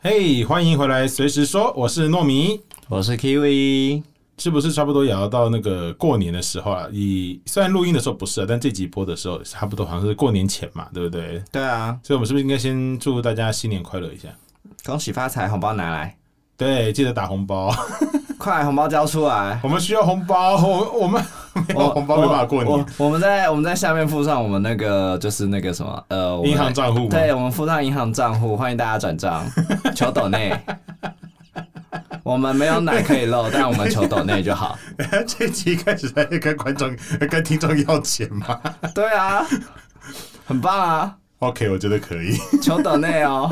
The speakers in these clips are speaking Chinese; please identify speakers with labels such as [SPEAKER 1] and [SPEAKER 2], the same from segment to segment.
[SPEAKER 1] 嘿、欢迎回来，随时说，我是糯米。
[SPEAKER 2] 我是 Kiwi，
[SPEAKER 1] 是不是差不多也要到那个过年的时候啊？以虽然录音的时候不是啊，但这集播的时候差不多好像是过年前嘛，对不对？
[SPEAKER 2] 对啊，
[SPEAKER 1] 所以我们是不是应该先祝大家新年快乐一下？
[SPEAKER 2] 恭喜发财，红包拿来，
[SPEAKER 1] 对，记得打红包，！
[SPEAKER 2] 快红包交出来
[SPEAKER 1] 我们需要红包，我我们没有 红包没办法过
[SPEAKER 2] 我
[SPEAKER 1] 年。
[SPEAKER 2] 我们在我们在下面附上我们那个就是那个什么呃我们
[SPEAKER 1] 银行账户吗
[SPEAKER 2] 对，我们附上银行账户，欢迎大家转 账，求抖内。我们没有奶可以漏，但我们求抖内就好。
[SPEAKER 1] 这集开始在跟观众、跟听众要钱吗
[SPEAKER 2] 对啊，很棒啊，
[SPEAKER 1] ？OK，我觉得可以。
[SPEAKER 2] 求抖内哦，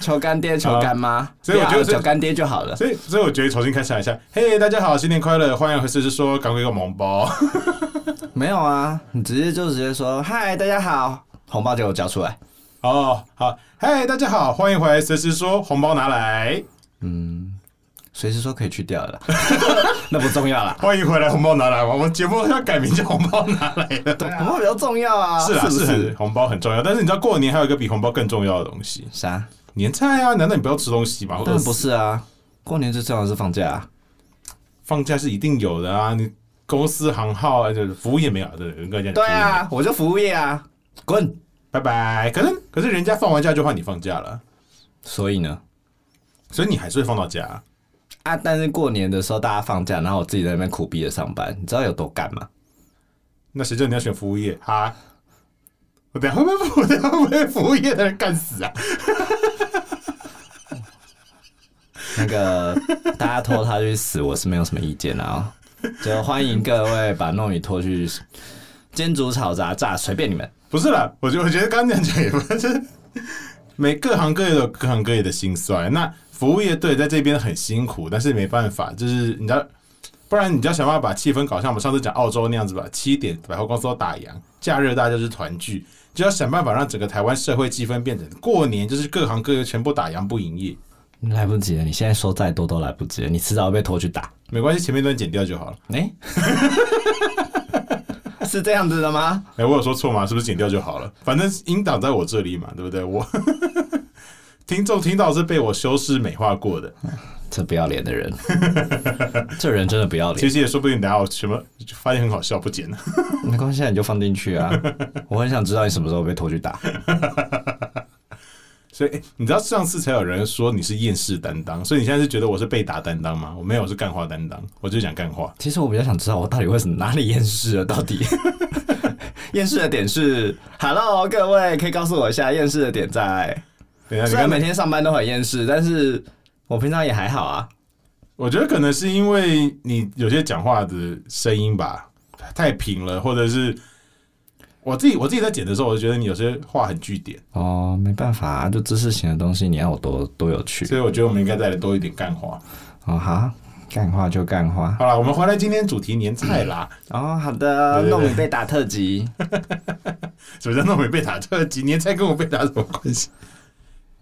[SPEAKER 2] 求干爹，求干妈，
[SPEAKER 1] 啊所以我觉得
[SPEAKER 2] 不要求干爹就好了。
[SPEAKER 1] 所以，所以我觉得重新开始一下。嘿、大家好，新年快乐！欢迎回随时说，赶快给我们红包。
[SPEAKER 2] 没有啊，你直接就直接说嗨，大家好，红包给我交出来。
[SPEAKER 1] 哦，好，嗨，大家好，欢迎回来，随时说，红包拿来，
[SPEAKER 2] 随时说可以去掉了， 那不重要啦，
[SPEAKER 1] 欢迎回来，红包拿来。我们节目要改名叫红包拿来了。
[SPEAKER 2] 红包比较重要啊，
[SPEAKER 1] 是啦，
[SPEAKER 2] 不
[SPEAKER 1] 是
[SPEAKER 2] 是
[SPEAKER 1] 很？红包很重要，但是你知道过年还有一个比红包更重要的东西，
[SPEAKER 2] 啥？
[SPEAKER 1] 年菜啊！难道你不要吃东西吗？
[SPEAKER 2] 当然
[SPEAKER 1] 或
[SPEAKER 2] 不
[SPEAKER 1] 者
[SPEAKER 2] 是啊，过年最重要的是放假、啊，
[SPEAKER 1] 放假是一定有的啊！你公司行号啊就是服务业没有，对，应该讲
[SPEAKER 2] 对
[SPEAKER 1] 服务业，
[SPEAKER 2] 啊，我就服务业啊，滚。
[SPEAKER 1] 拜拜。可是可是人家放完假就换你放假了，
[SPEAKER 2] 所以呢，
[SPEAKER 1] 所以你还是会放到假啊、
[SPEAKER 2] 啊，但是过年的时候大家放假，然后我自己在那边苦逼的上班，你知道有多干吗？
[SPEAKER 1] 那谁叫你要选服务业哈？我等下会不会服，我 等下会不会服务业的人干死啊？
[SPEAKER 2] 那个 大家拖他去死，我是没有什么意见啊、哦，就欢迎各位把糯米拖去煎煮炒炸炸，随便你们。
[SPEAKER 1] 不是啦，我觉得我觉得刚刚那样讲也不是，就是每各行各业都有各行各业的辛酸。那服务业对在这边很辛苦，但是没办法，就是你知道，不然你就要想办法把气氛搞像我们上次讲澳洲那样子吧，七点百货公司都打烊，假日大家就是团聚，就要想办法让整个台湾社会气氛变成过年就是各行各业全部打烊不营业，
[SPEAKER 2] 来不及了，你现在说再多都来不及了，你迟早会被拖去打。
[SPEAKER 1] 没关系，前面都剪掉就好了。
[SPEAKER 2] 哎、是这样子的吗？
[SPEAKER 1] 哎、我有说错吗？是不是剪掉就好了？反正音档在我这里嘛，对不对？我听众听到是被我修饰美化过的，
[SPEAKER 2] 这不要脸的 人，这人真的不要
[SPEAKER 1] 其
[SPEAKER 2] 脸。
[SPEAKER 1] 实也说不定等下我什么发现很好笑不剪了。
[SPEAKER 2] 没关系，啊，你就放进去 啊。我很想知道你什么时候被拖去打。
[SPEAKER 1] 所以、哎你知道上次才有人说你是厌世担当，所以你现在是觉得我是被打担当吗？我没有，我是干话担当，我就讲干话。
[SPEAKER 2] 其实我比较想知道我到底为什么哪里厌世了，到 底厌世的点是，Hello，各位可以告诉我一下厌世的点在。
[SPEAKER 1] 等一下，你
[SPEAKER 2] 虽然
[SPEAKER 1] 看
[SPEAKER 2] 每，天上班都很厌世，但是我平常也还好啊。
[SPEAKER 1] 我觉得可能是因为你有些讲话的声音吧太平了，或者是我自己我自己在剪的时候，我就觉得你有些话很据点，
[SPEAKER 2] 哦，没办法、啊，就知识型的东西，你要我多多有趣
[SPEAKER 1] 所以我觉得我们应该再来多一点干话。
[SPEAKER 2] 哦，好，干话就干话。
[SPEAKER 1] 好了，我们回来今天主题年菜啦，
[SPEAKER 2] 哦，好的，
[SPEAKER 1] 对对
[SPEAKER 2] 糯
[SPEAKER 1] 对
[SPEAKER 2] 米被打特辑，
[SPEAKER 1] 什么叫糯米被打特辑？年菜跟我被打什么关系？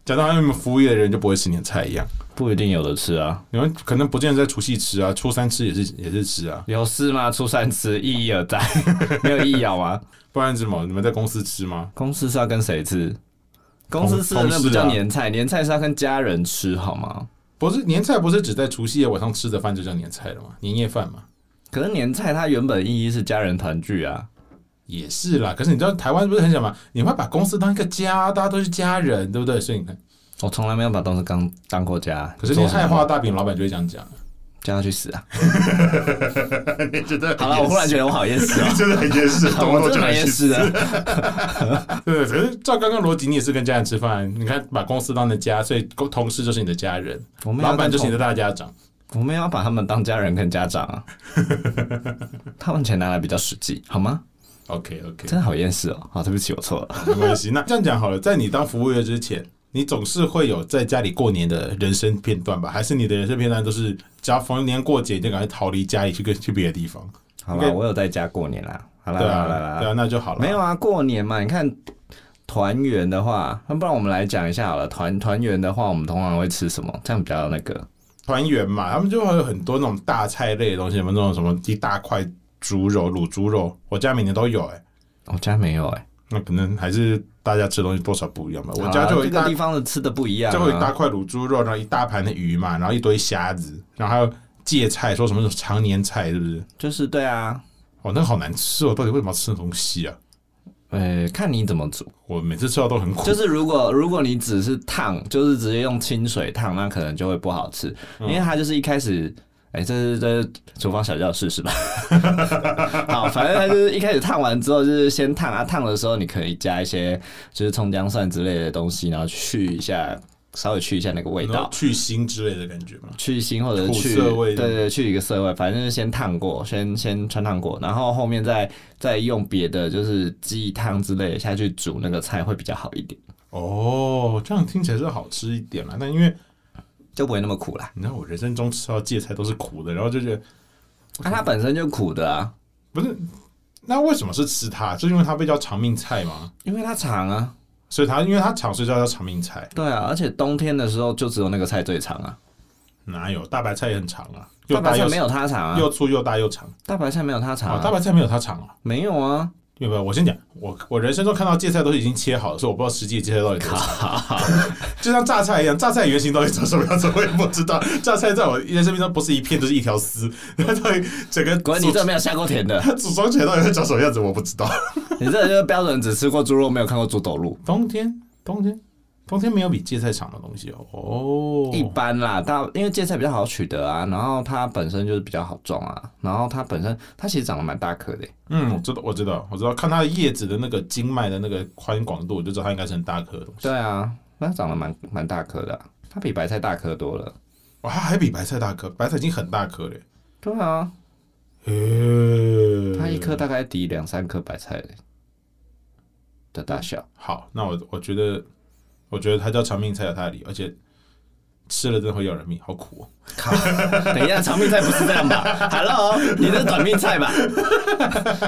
[SPEAKER 1] 讲到他们服务业的人就不会吃年菜一样，
[SPEAKER 2] 不一定有的吃啊，
[SPEAKER 1] 你们可能不见得在除夕吃啊，初三吃也是也是吃啊，
[SPEAKER 2] 有事吗？初三吃，意义而在， 没有意义好吗？
[SPEAKER 1] 不然是什么？你们在公司吃吗？
[SPEAKER 2] 公司是要跟谁吃？公司吃的那
[SPEAKER 1] 同
[SPEAKER 2] 不
[SPEAKER 1] 同事啊
[SPEAKER 2] 叫年菜，年菜是要跟家人吃好吗？
[SPEAKER 1] 不是年菜，不是只在除夕夜晚上吃的饭就叫年菜了吗？年夜饭嘛，
[SPEAKER 2] 可是年菜它原本意义是家人团聚啊，
[SPEAKER 1] 也是啦。可是你知道台湾不是很想嘛？你会把公司当一个家，大家都是家人，对不对？所以你看，
[SPEAKER 2] 我从来没有把东西当当过家。
[SPEAKER 1] 可是
[SPEAKER 2] 做
[SPEAKER 1] 年
[SPEAKER 2] 什么
[SPEAKER 1] 菜画大饼，老板就会这样 讲。
[SPEAKER 2] 叫他去死啊！
[SPEAKER 1] 你觉得，
[SPEAKER 2] 好了，我忽然觉得我好厌世哦
[SPEAKER 1] 真的很厌世，
[SPEAKER 2] 我真的蛮厌世啊的。
[SPEAKER 1] 对， 可是照刚刚逻辑，你也是跟家人吃饭，你看把公司当成家，所以公同事就是你的家人，
[SPEAKER 2] 我们要
[SPEAKER 1] 老板
[SPEAKER 2] 跟
[SPEAKER 1] 就是你
[SPEAKER 2] 同
[SPEAKER 1] 的大家长。
[SPEAKER 2] 我们要把他们当家人跟家 长啊，他们钱拿来比较实际，好吗？
[SPEAKER 1] OK OK，
[SPEAKER 2] 真的好厌世哦！好，对不起，我错了。
[SPEAKER 1] 没关系。那这样讲好了，在你当服务业之前，你总是会有在家里过年的人生片段吧？还是你的人生片段都是只要逢年过节你就赶快逃离家里去跟去别的地方？
[SPEAKER 2] 好
[SPEAKER 1] 应
[SPEAKER 2] 啦，
[SPEAKER 1] 该
[SPEAKER 2] 我有在家过年啦。好啦，
[SPEAKER 1] 对
[SPEAKER 2] 好
[SPEAKER 1] 啊，
[SPEAKER 2] 啦，好
[SPEAKER 1] 对
[SPEAKER 2] 啦，
[SPEAKER 1] 啊，那就好了。
[SPEAKER 2] 没有，啊，过年嘛，你看团圆的话，那不然我们来讲一下好了。团团圆的话，我们通常会吃什么？这样比较那个。
[SPEAKER 1] 团圆嘛，他们就会有很多那种大菜类的东西，什么那种什么一大块猪肉、卤猪肉，我家每年都有哎、
[SPEAKER 2] 我家没有哎、
[SPEAKER 1] 那可能还是大家吃东西多少不一样吧。我
[SPEAKER 2] 好
[SPEAKER 1] 家
[SPEAKER 2] 啦
[SPEAKER 1] 就有一
[SPEAKER 2] 各
[SPEAKER 1] 大
[SPEAKER 2] 个地方的吃的不一样、啊，
[SPEAKER 1] 就会有一大块卤猪肉，然后一大盘的鱼嘛，然后一堆虾子，然后还有芥菜，说什么是常年菜，是不是？
[SPEAKER 2] 就是对啊，
[SPEAKER 1] 哦，那个好难吃哦！到底为什么要吃那东西啊？
[SPEAKER 2] 呃，看你怎么煮。
[SPEAKER 1] 我每次吃到都很苦。
[SPEAKER 2] 就是如果如果你只是烫，就是直接用清水烫，那可能就会不好吃，因为它就是一开始。哎、这是这是厨房小教室是吧？ 好，反正它就是一开始烫完之后，就是先烫啊，烫的时候你可以加一些就是葱姜蒜之类的东西，然后去一下，稍微去一下那个味
[SPEAKER 1] 然
[SPEAKER 2] 道
[SPEAKER 1] 后，去腥之类的感觉嘛。
[SPEAKER 2] 去腥或者
[SPEAKER 1] 苦
[SPEAKER 2] 去
[SPEAKER 1] 涩味
[SPEAKER 2] 对对对去一个涩味，反正就是先烫过，先先穿烫过，然后后面再再用别的就是鸡汤之类的下去煮那个菜会比较好一点，
[SPEAKER 1] 哦，这样听起来是好吃一点啦。但因为
[SPEAKER 2] 就不会那么苦啦。
[SPEAKER 1] 你知道，我人生中吃到芥菜都是苦的，然后就觉得
[SPEAKER 2] 那、啊它本身就苦的啊，
[SPEAKER 1] 不是，那为什么是吃它？就是因为它被叫长命菜嘛，
[SPEAKER 2] 因为它长啊，
[SPEAKER 1] 所以它因为它长，所以叫它长命菜。
[SPEAKER 2] 对啊，而且冬天的时候就只有那个菜最长啊，
[SPEAKER 1] 哪有大白菜也很长啊？又
[SPEAKER 2] 大
[SPEAKER 1] 大
[SPEAKER 2] 白菜
[SPEAKER 1] 又
[SPEAKER 2] 没有它长啊，
[SPEAKER 1] 又粗又大又长
[SPEAKER 2] 大白菜没有它长、
[SPEAKER 1] 啊！
[SPEAKER 2] 啊，
[SPEAKER 1] 大白菜没有它长啊。
[SPEAKER 2] 没有啊，
[SPEAKER 1] 没有没有，我先讲，我我人生中看到芥菜都是已经切好了，所以我不知道实际的芥菜到底多长，就像榨菜一样，榨菜原型到底长什么样子我也不知道。榨菜在我人生命中不是一片就是一条丝，然后到底整个
[SPEAKER 2] 果然
[SPEAKER 1] 组
[SPEAKER 2] 你这没有下过田的，
[SPEAKER 1] 它组装起来到底会长什么样子我不知道。
[SPEAKER 2] 你这就是标准只吃过猪肉没有看过猪斗路，
[SPEAKER 1] 冬天，冬天，冬天没有比芥菜长的东西哦。哦，
[SPEAKER 2] 一般啦，大因为芥菜比较好取得啊，然后它本身就是比较好种啊，然后它本身它其实长得蛮大颗的欸、
[SPEAKER 1] 嗯，我知道，我知道，我知道，看它的叶子的那个经脉的那个宽广度，我就知道它应该是很大颗的东西。
[SPEAKER 2] 对啊，那它长得蛮蛮大颗的啊、它比白菜大颗多了，
[SPEAKER 1] 哇，它还比白菜大颗，白菜已经很大颗了。
[SPEAKER 2] 对啊，
[SPEAKER 1] 呃
[SPEAKER 2] 它一颗大概抵两三颗白菜的的大小。
[SPEAKER 1] 好，那我我觉得，我觉得它叫长命菜有它的理由，而且吃了真的会要人命，好苦、哦。
[SPEAKER 2] 等一下，长命菜不是这样 吧？Hello，你这是短命菜吧？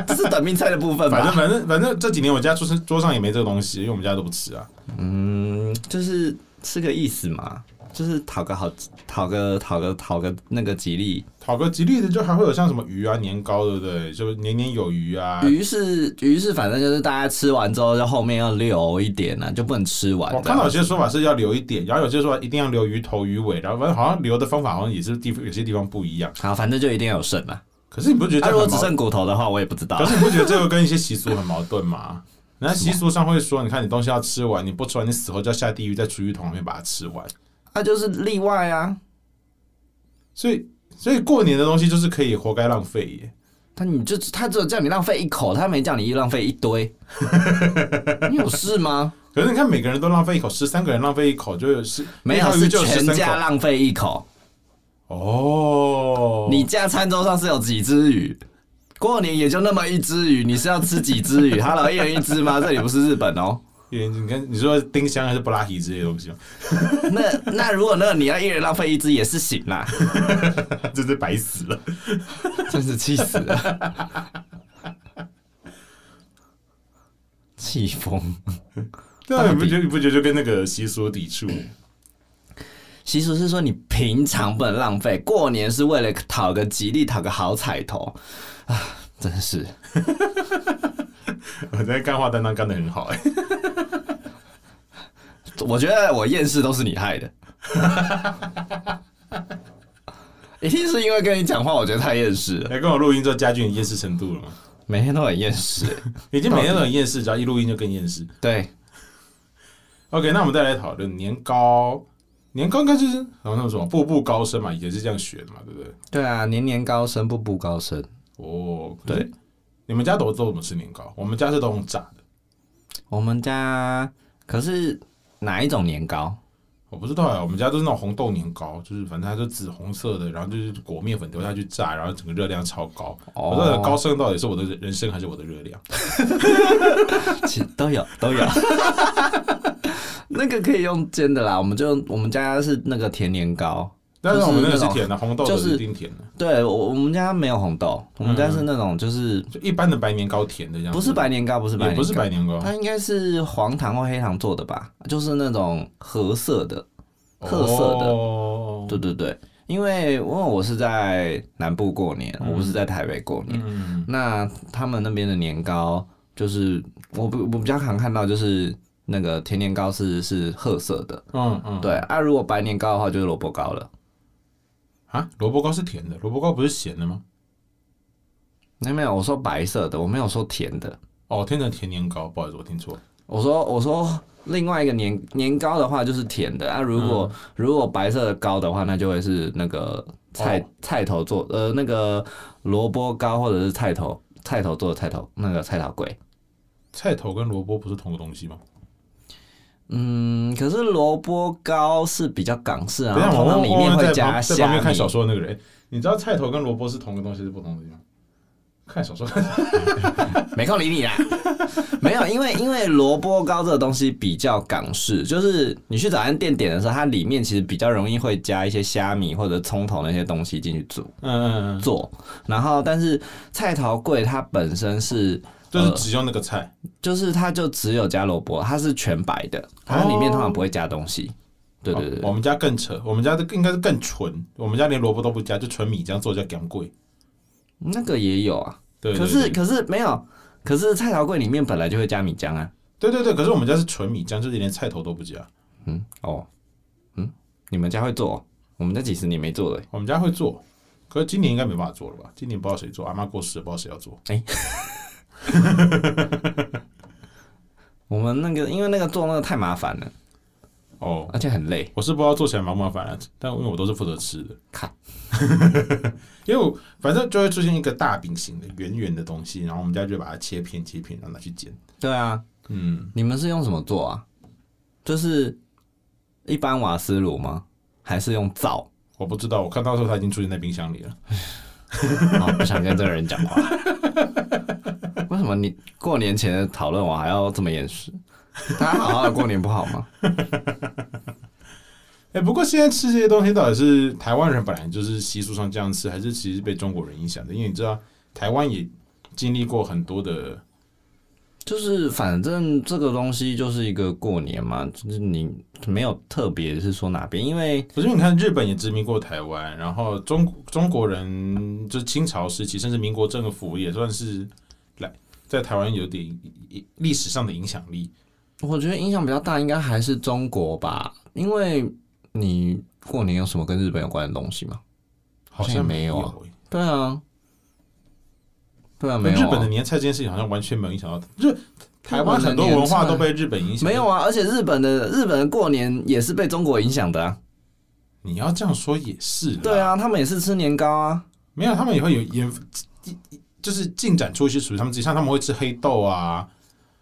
[SPEAKER 2] 这是短命菜的部分
[SPEAKER 1] 反
[SPEAKER 2] 吧
[SPEAKER 1] 正？反正反正这几年我家桌上桌上也没这个东西，因为我们家都不吃啊。
[SPEAKER 2] 嗯，就是是个意思嘛，就是讨个好，讨个讨个讨个那个吉利。
[SPEAKER 1] 讨个吉利的，就还会有像什么鱼啊、年糕，对不对？就年年有余啊。
[SPEAKER 2] 鱼是鱼是，反正就是大家吃完之后，就后面要留一点啊，就不能吃完。
[SPEAKER 1] 我看到有些说法是要留一点，然后有些说法一定要留鱼头、鱼尾，然后反正好像留的方法好像也是地有些地方不一样。
[SPEAKER 2] 好，反正就一定要有剩啊。
[SPEAKER 1] 可是你不觉得
[SPEAKER 2] 他
[SPEAKER 1] 这
[SPEAKER 2] 如果
[SPEAKER 1] 样很
[SPEAKER 2] 只
[SPEAKER 1] 矛
[SPEAKER 2] 剩啊骨头的话，我也不知道
[SPEAKER 1] 可。是你不觉得这个跟一些习俗很矛盾 吗？人家习俗上会说，你看你东西要吃完，你不吃完，你死后就要下地狱，在厨余桶里面把它吃完。
[SPEAKER 2] 那就是例外啊。
[SPEAKER 1] 所以，所以过年的东西就是可以活该浪费耶。
[SPEAKER 2] 他你就他只有叫你浪费一口，他没叫你一浪费 一堆。你有事吗？
[SPEAKER 1] 可是你看，每个人都浪费一口，十三个人浪费一口，就有十
[SPEAKER 2] 没
[SPEAKER 1] 一
[SPEAKER 2] 有，
[SPEAKER 1] 条
[SPEAKER 2] 是
[SPEAKER 1] 鱼就有
[SPEAKER 2] 全
[SPEAKER 1] 13
[SPEAKER 2] 家
[SPEAKER 1] 口
[SPEAKER 2] 浪费一口。
[SPEAKER 1] 哦。
[SPEAKER 2] 你家餐桌上是有几只鱼？过年也就那么一只鱼，你是要吃几只 鱼？Hello，一人一只吗？这里不是日本哦。
[SPEAKER 1] 你你看，你说丁香还是布拉提之类的东西吗？
[SPEAKER 2] 那那如果那你要一人浪费一只也是行啊啦，
[SPEAKER 1] 真是白死了。
[SPEAKER 2] 真是气死了， 气疯。
[SPEAKER 1] 对啊，你不觉得你不觉得就跟那个习俗抵触？
[SPEAKER 2] 习俗是说你平常不能浪费，过年是为了讨个吉利，讨个好彩头啊！真是，
[SPEAKER 1] 我在干话担当干的很好 哎、
[SPEAKER 2] 我觉得我厌世都是你害 的，一定是因为跟你讲话，我觉得太厌世了，
[SPEAKER 1] 来跟我录音之后，加剧你厌世程度了吗？
[SPEAKER 2] 每天都很厌世。
[SPEAKER 1] 已经每天都很厌世，只要一录音就更厌世。
[SPEAKER 2] 对，
[SPEAKER 1] OK，那我们再来讨论年糕。年糕应该就是好像什么步步高升嘛，也是这样学的嘛，对不对？
[SPEAKER 2] 对啊，年年高升，步步高升。
[SPEAKER 1] 哦，
[SPEAKER 2] 对
[SPEAKER 1] 可是，你们家都都怎么吃年糕？我们家是都用炸的，
[SPEAKER 2] 我们家可是哪一种年糕？
[SPEAKER 1] 我不知道啊，我们家都是那种红豆年糕，就是反正它就紫红色的，然后就是裹面粉丢下去炸，然后整个热量超高。
[SPEAKER 2] 哦
[SPEAKER 1] 我到底高升到底是我的人生还是我的热量？
[SPEAKER 2] 其实都有都 有。那个可以用煎的啦，我们就用我们家是那个甜年糕，
[SPEAKER 1] 但是
[SPEAKER 2] 就是
[SPEAKER 1] 我们那个是
[SPEAKER 2] 那种
[SPEAKER 1] 甜的，红豆的
[SPEAKER 2] 就是
[SPEAKER 1] 是一定甜的，
[SPEAKER 2] 对我我们家没有红豆，我们家是那种就是、
[SPEAKER 1] 就一般的白年糕甜的这样子。
[SPEAKER 2] 不是白年嗯糕，不是白
[SPEAKER 1] 也
[SPEAKER 2] 年糕，
[SPEAKER 1] 不是白年糕，
[SPEAKER 2] 它应该是黄糖或黑糖做的吧，就是那种褐色的，褐色的，
[SPEAKER 1] 哦、
[SPEAKER 2] 对对对。因为因为我是在南部过年，我不是在台北过年，
[SPEAKER 1] 嗯，
[SPEAKER 2] 那他们那边的年糕就是我不我比较常看到就是那个甜年糕是是褐色的，
[SPEAKER 1] 嗯嗯，
[SPEAKER 2] 对啊，如果白年糕的话就是萝卜糕了。
[SPEAKER 1] 啊，萝卜糕是甜的，萝卜糕不是咸的吗？
[SPEAKER 2] 没有没有，我说白色的，我没有说甜的。
[SPEAKER 1] 哦，天的甜年糕，不好意思，我听错了。
[SPEAKER 2] 我说我说另外一个年年糕的话就是甜的
[SPEAKER 1] 嗯
[SPEAKER 2] 啊，如果、如果白色的糕的话，那就会是那个
[SPEAKER 1] 哦
[SPEAKER 2] 菜、菜头做呃那个萝卜糕或者是菜头菜头做的菜头那个菜头粿。
[SPEAKER 1] 菜头跟萝卜不是同个东西吗？
[SPEAKER 2] 嗯，可是萝卜糕是比较港式啊，
[SPEAKER 1] 等一
[SPEAKER 2] 然
[SPEAKER 1] 下，
[SPEAKER 2] 后
[SPEAKER 1] 我
[SPEAKER 2] 通常里面
[SPEAKER 1] 忘
[SPEAKER 2] 会
[SPEAKER 1] 了在
[SPEAKER 2] 加
[SPEAKER 1] 旁在旁
[SPEAKER 2] 虾
[SPEAKER 1] 边看
[SPEAKER 2] 米。
[SPEAKER 1] 小说的那个人，你知道菜头跟萝卜是同个东西是不同的东西吗？看 小说，
[SPEAKER 2] 没空理你啦。 没有，因为因为萝卜糕这个东西比较港式，就是你去早餐店点的时候，它里面其实比较容易会加一些虾米或者葱头那些东西进去煮
[SPEAKER 1] 嗯嗯嗯，
[SPEAKER 2] 做。然后，但是菜头粿它本身是
[SPEAKER 1] 就是
[SPEAKER 2] 呃
[SPEAKER 1] 只用那个菜。
[SPEAKER 2] 就是它就只有加萝卜，它是全白的，它里面通常不会加东西。对对对
[SPEAKER 1] 哦我们家更扯，我们家的应该是更纯，我们家连萝卜都不加，就纯米浆做叫干贵。
[SPEAKER 2] 那个也有啊。
[SPEAKER 1] 对，对
[SPEAKER 2] 可是
[SPEAKER 1] 对
[SPEAKER 2] 可是没有，可是菜头粿里面本来就会加米浆啊。
[SPEAKER 1] 对对对，可是我们家是纯米浆，就是连菜头都不加。
[SPEAKER 2] 嗯哦，嗯，你们家会做哦？我们家几十年没做了欸。
[SPEAKER 1] 我们家会做，可是今年应该没办法做了吧？今年不知道谁做，阿妈过世了，不知道谁要做。
[SPEAKER 2] 我们那个因为那个做那个太麻烦了，
[SPEAKER 1] 哦，
[SPEAKER 2] 而且很累。
[SPEAKER 1] 我是不知道做起来麻不麻烦啊，但因为我都是负责吃的。
[SPEAKER 2] 看，
[SPEAKER 1] 因为我反正就会出现一个大饼型的圆圆的东西，然后我们家就把它切片切片，然后拿去煎。
[SPEAKER 2] 对啊，
[SPEAKER 1] 嗯，
[SPEAKER 2] 你们是用什么做啊？就是一般瓦斯炉吗？还是用灶？
[SPEAKER 1] 我不知道，我看到的时候它已经出现在冰箱里了。
[SPEAKER 2] 哦，不想跟这个人讲 话。为什么你过年前的讨论我还要这么严 实？大家好好的过年不好吗？
[SPEAKER 1] 哎、不过现在吃这些东西到底是台湾人本来就是习俗上这样吃，还是其实被中国人影响的？因为你知道，台湾也经历过很多的，
[SPEAKER 2] 就是反正这个东西就是一个过年嘛，就是你没有特别是说哪边，因为
[SPEAKER 1] 可是你看日本也殖民过台湾，然后中中国人就是清朝时期，甚至民国政府也算是来在台湾有点历史上的影响力。
[SPEAKER 2] 我觉得影响比较大，应该还是中国吧，因为你过年有什么跟日本有关的东西吗？
[SPEAKER 1] 好
[SPEAKER 2] 好像
[SPEAKER 1] 像
[SPEAKER 2] 没有
[SPEAKER 1] 有
[SPEAKER 2] 啊
[SPEAKER 1] 欸
[SPEAKER 2] 对啊，对啊，没
[SPEAKER 1] 跟
[SPEAKER 2] 有、
[SPEAKER 1] 日本的
[SPEAKER 2] 啊，
[SPEAKER 1] 年菜这件事情好像完全没有影响到，就是台湾很多文化都被日本影响。
[SPEAKER 2] 没有，啊，而且日本的日本的过年也是被中国影响的啊，
[SPEAKER 1] 你要这样说也是。
[SPEAKER 2] 对，啊，他们也是吃年糕啊，
[SPEAKER 1] 没有，他们也会有研，就是进展出一些属于他们自己，像他们会吃黑豆啊、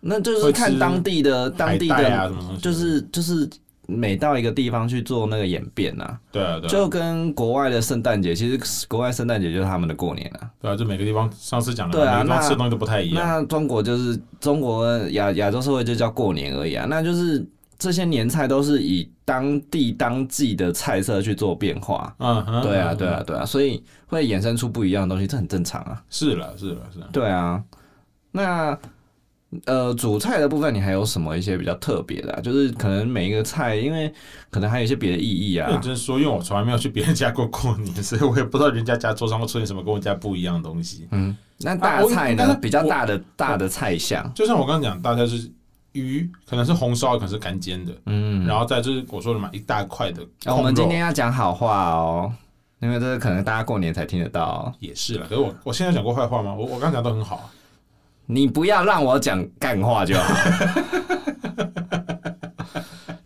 [SPEAKER 2] 那就是
[SPEAKER 1] 会吃
[SPEAKER 2] 看当地的当
[SPEAKER 1] 海
[SPEAKER 2] 地
[SPEAKER 1] 带
[SPEAKER 2] 的，
[SPEAKER 1] 啊什么东西的。
[SPEAKER 2] 就是就是每到一个地方去做那个演变啊，
[SPEAKER 1] 对啊，对啊，
[SPEAKER 2] 就跟国外的圣诞节，其实国外圣诞节就是他们的过年啊。
[SPEAKER 1] 对啊，就每个地方上次讲的，
[SPEAKER 2] 对
[SPEAKER 1] 每个
[SPEAKER 2] 啊
[SPEAKER 1] 地方
[SPEAKER 2] 那
[SPEAKER 1] 吃的东西都不太一样。
[SPEAKER 2] 那中国就是中国亚亚洲社会就叫过年而已啊，那就是这些年菜都是以当地当季的菜色去做变化。
[SPEAKER 1] 嗯哼，
[SPEAKER 2] 对啊，
[SPEAKER 1] 嗯
[SPEAKER 2] 对，啊，对啊，所以会衍生出不一样的东西，这很正常啊。
[SPEAKER 1] 是了，是了，是了。
[SPEAKER 2] 对啊，那呃，主菜的部分你还有什么一些比较特别的、啊？就是可能每一个菜，因为可能还有一些别的意义啊
[SPEAKER 1] 认。真说，因为我从来没有去别人家过过年， 所以我也不知道人家家桌上会出现什么跟我家不一样的东西。
[SPEAKER 2] 嗯，那
[SPEAKER 1] 啊
[SPEAKER 2] 大
[SPEAKER 1] 我
[SPEAKER 2] 菜呢？
[SPEAKER 1] 但是
[SPEAKER 2] 比较
[SPEAKER 1] 我
[SPEAKER 2] 大的大的菜项，
[SPEAKER 1] 就像我刚刚讲，大家就是鱼，可能是红烧，可能是干煎的，
[SPEAKER 2] 嗯，
[SPEAKER 1] 然后再就是我说的嘛，一大块的
[SPEAKER 2] 那、
[SPEAKER 1] 控
[SPEAKER 2] 我们今
[SPEAKER 1] 肉
[SPEAKER 2] 天要讲好话哦，因为这个可能大家过年才听得到哦、
[SPEAKER 1] 也是了。可是我我现在讲过坏话吗？我我刚讲都很好啊。
[SPEAKER 2] 你不要让我讲干话就好，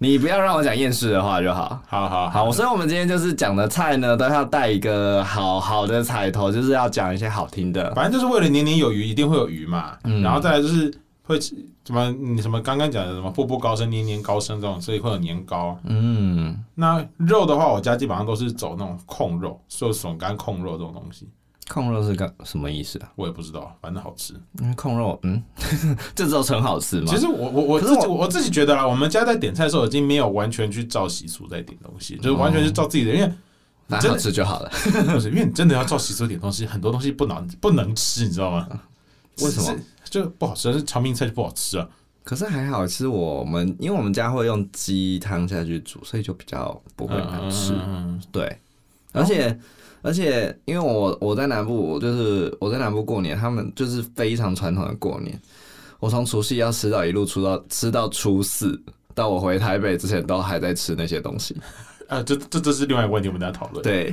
[SPEAKER 2] 你不要让我讲厌世的话就好。
[SPEAKER 1] 好好好，
[SPEAKER 2] 好，所以我们今天就是讲的菜呢，都要带一个好好的彩头，就是要讲一些好听的。
[SPEAKER 1] 反正就是为了年年有余，一定会有余嘛。
[SPEAKER 2] 嗯
[SPEAKER 1] 然后再来就是会吃什么你什么刚刚讲的什么步步高升、年年高升这种，所以会有年糕。
[SPEAKER 2] 嗯，
[SPEAKER 1] 那肉的话，我家基本上都是走那种控肉，就笋干控肉这种东西，
[SPEAKER 2] 控肉是个什么意思啊？
[SPEAKER 1] 我也不知道，反正好吃。
[SPEAKER 2] 因为控肉，嗯， 这只有很好吃吗
[SPEAKER 1] 其？实我我我
[SPEAKER 2] 可
[SPEAKER 1] 自
[SPEAKER 2] 是
[SPEAKER 1] 己我自己觉得啦，我们家在点菜的时候已经没有完全去照习俗在点东西，就是完全是照自己的，因为
[SPEAKER 2] 哦那
[SPEAKER 1] 真
[SPEAKER 2] 好
[SPEAKER 1] 的
[SPEAKER 2] 吃就好了。
[SPEAKER 1] 不是，因为你真的要照习俗点东西，很多东西不能不能吃，你知道吗？
[SPEAKER 2] 为什么
[SPEAKER 1] 是？就不好吃，是长命菜就不好吃啊。
[SPEAKER 2] 可是还好，其实我们因为我们家会用鸡汤下去煮，所以就比较不会难吃。
[SPEAKER 1] 嗯
[SPEAKER 2] 对，而且而且，因为我我在南部，我就是我在南部过年，他们就是非常传统的过年。我从除夕要吃到一路吃到吃到初四，到我回台北之前都还在吃那些东西。
[SPEAKER 1] 呃，这这这是另外一个问题，我们等一下讨论。，
[SPEAKER 2] 对，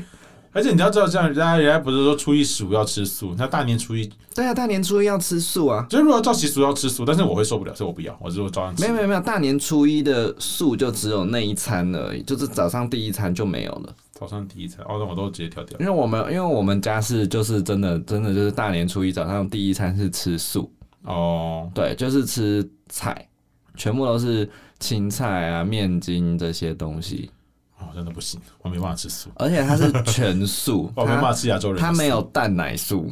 [SPEAKER 1] 而且你要知道，这样人家人家不是说初一十五要吃素，那大年初一
[SPEAKER 2] 对啊，大年初一要吃素啊。
[SPEAKER 1] 就是如果照习俗要吃素，但是我会受不了，所以我不要，我就照样吃。
[SPEAKER 2] 没有没有没有，大年初一的素就只有那一餐而已，就是早上第一餐就没有了。
[SPEAKER 1] 早上第一餐，哦，那我都直接跳掉。
[SPEAKER 2] 因为我们因为我们家是就是真的真的就是大年初一早上第一餐是吃素，
[SPEAKER 1] 哦，
[SPEAKER 2] 对，就是吃菜，全部都是青菜啊、面筋这些东西，
[SPEAKER 1] 哦，真的不行，我没办法吃素，，
[SPEAKER 2] 而且它是全素
[SPEAKER 1] 哦我没办
[SPEAKER 2] 它
[SPEAKER 1] 法吃亚洲人。
[SPEAKER 2] 它没，有蛋奶素，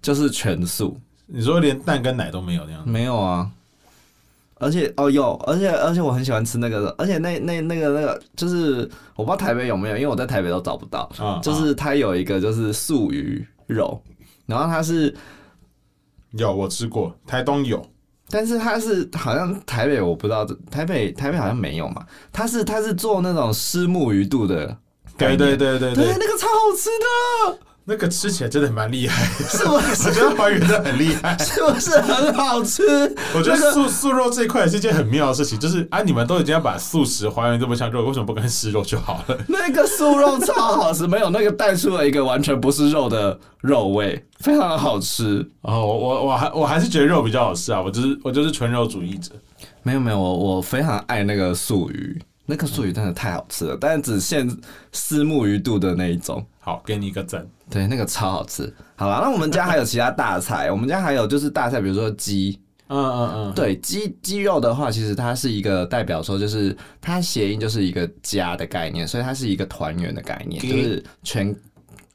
[SPEAKER 2] 就是全素，
[SPEAKER 1] 你说连蛋跟奶都没有那样，
[SPEAKER 2] 没有啊。而且哦有，而且而且我很喜欢吃那个，而且那那那个那个就是我不知道台北有没有，因为我在台北都找不到。
[SPEAKER 1] 啊，
[SPEAKER 2] 就是它有一个就是素鱼肉，然后它是，
[SPEAKER 1] 有我吃过，台东有，
[SPEAKER 2] 但是它是好像台北我不知道，台北台北好像没有嘛，它是它是做那种虱目鱼肚的，
[SPEAKER 1] 对对对对对，
[SPEAKER 2] 那个超好吃 的，
[SPEAKER 1] 那个吃起来真的蛮厉害，
[SPEAKER 2] 是不
[SPEAKER 1] 我
[SPEAKER 2] 是
[SPEAKER 1] 觉得还原的很厉 害。
[SPEAKER 2] 是不是很好吃？
[SPEAKER 1] 我觉
[SPEAKER 2] 那
[SPEAKER 1] 得
[SPEAKER 2] 个
[SPEAKER 1] 素素肉这一块是一件很妙的事情，就是啊，你们都已经要把素食还原这么像肉，为什么不跟吃肉就好了？
[SPEAKER 2] 那个素肉超好吃，没有那个带出了一个完全不是肉的肉味，非常好吃。
[SPEAKER 1] 哦，我我我还我还是觉得肉比较好吃啊，我就是我就是纯肉主义者。
[SPEAKER 2] 没有没有，我我非常爱那个素鱼，那个素鱼真的太好吃了，但只限虱目鱼肚的那一种。
[SPEAKER 1] 好，给你一个赞。
[SPEAKER 2] 对，那个超好吃。好啦，那我们家还有其他大菜，我们家还有就是大菜，比如说鸡。
[SPEAKER 1] 嗯嗯嗯，
[SPEAKER 2] 对，鸡鸡肉的话，其实它是一个代表说，就是它谐音就是一个家的概念，所以它是一个团圆的概念，
[SPEAKER 1] 鸡
[SPEAKER 2] 就是全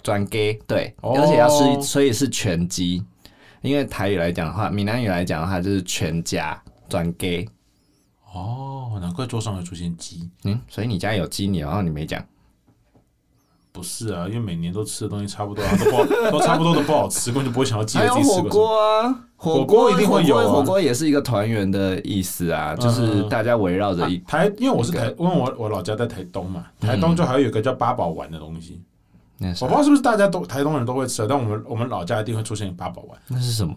[SPEAKER 2] 转给对，
[SPEAKER 1] 哦
[SPEAKER 2] 而且要吃，所以是全鸡。因为台语来讲的话，闽南语来讲的话，就是全家转给。
[SPEAKER 1] 哦，难怪桌上会出现鸡。
[SPEAKER 2] 嗯，所以你家有鸡，你然后你没讲，
[SPEAKER 1] 不是啊，因为每年都吃的东西差不多、啊，都不好都差不多都不好吃，根本就不会想要记得
[SPEAKER 2] 还有
[SPEAKER 1] 自己吃
[SPEAKER 2] 火
[SPEAKER 1] 过什么。
[SPEAKER 2] 锅啊，
[SPEAKER 1] 火锅一定会有啊
[SPEAKER 2] 火锅火锅也是一个团圆的意思啊，就是
[SPEAKER 1] 嗯
[SPEAKER 2] 大家围绕着一
[SPEAKER 1] 台，因为我是台，因为我我老家在台东嘛，台
[SPEAKER 2] 嗯
[SPEAKER 1] 东就还有一个叫八宝丸的东西，
[SPEAKER 2] 啊那是
[SPEAKER 1] 我不知道是不是大家都台东人都会吃，但我们我们老家一定会出现八宝丸，
[SPEAKER 2] 那是什么？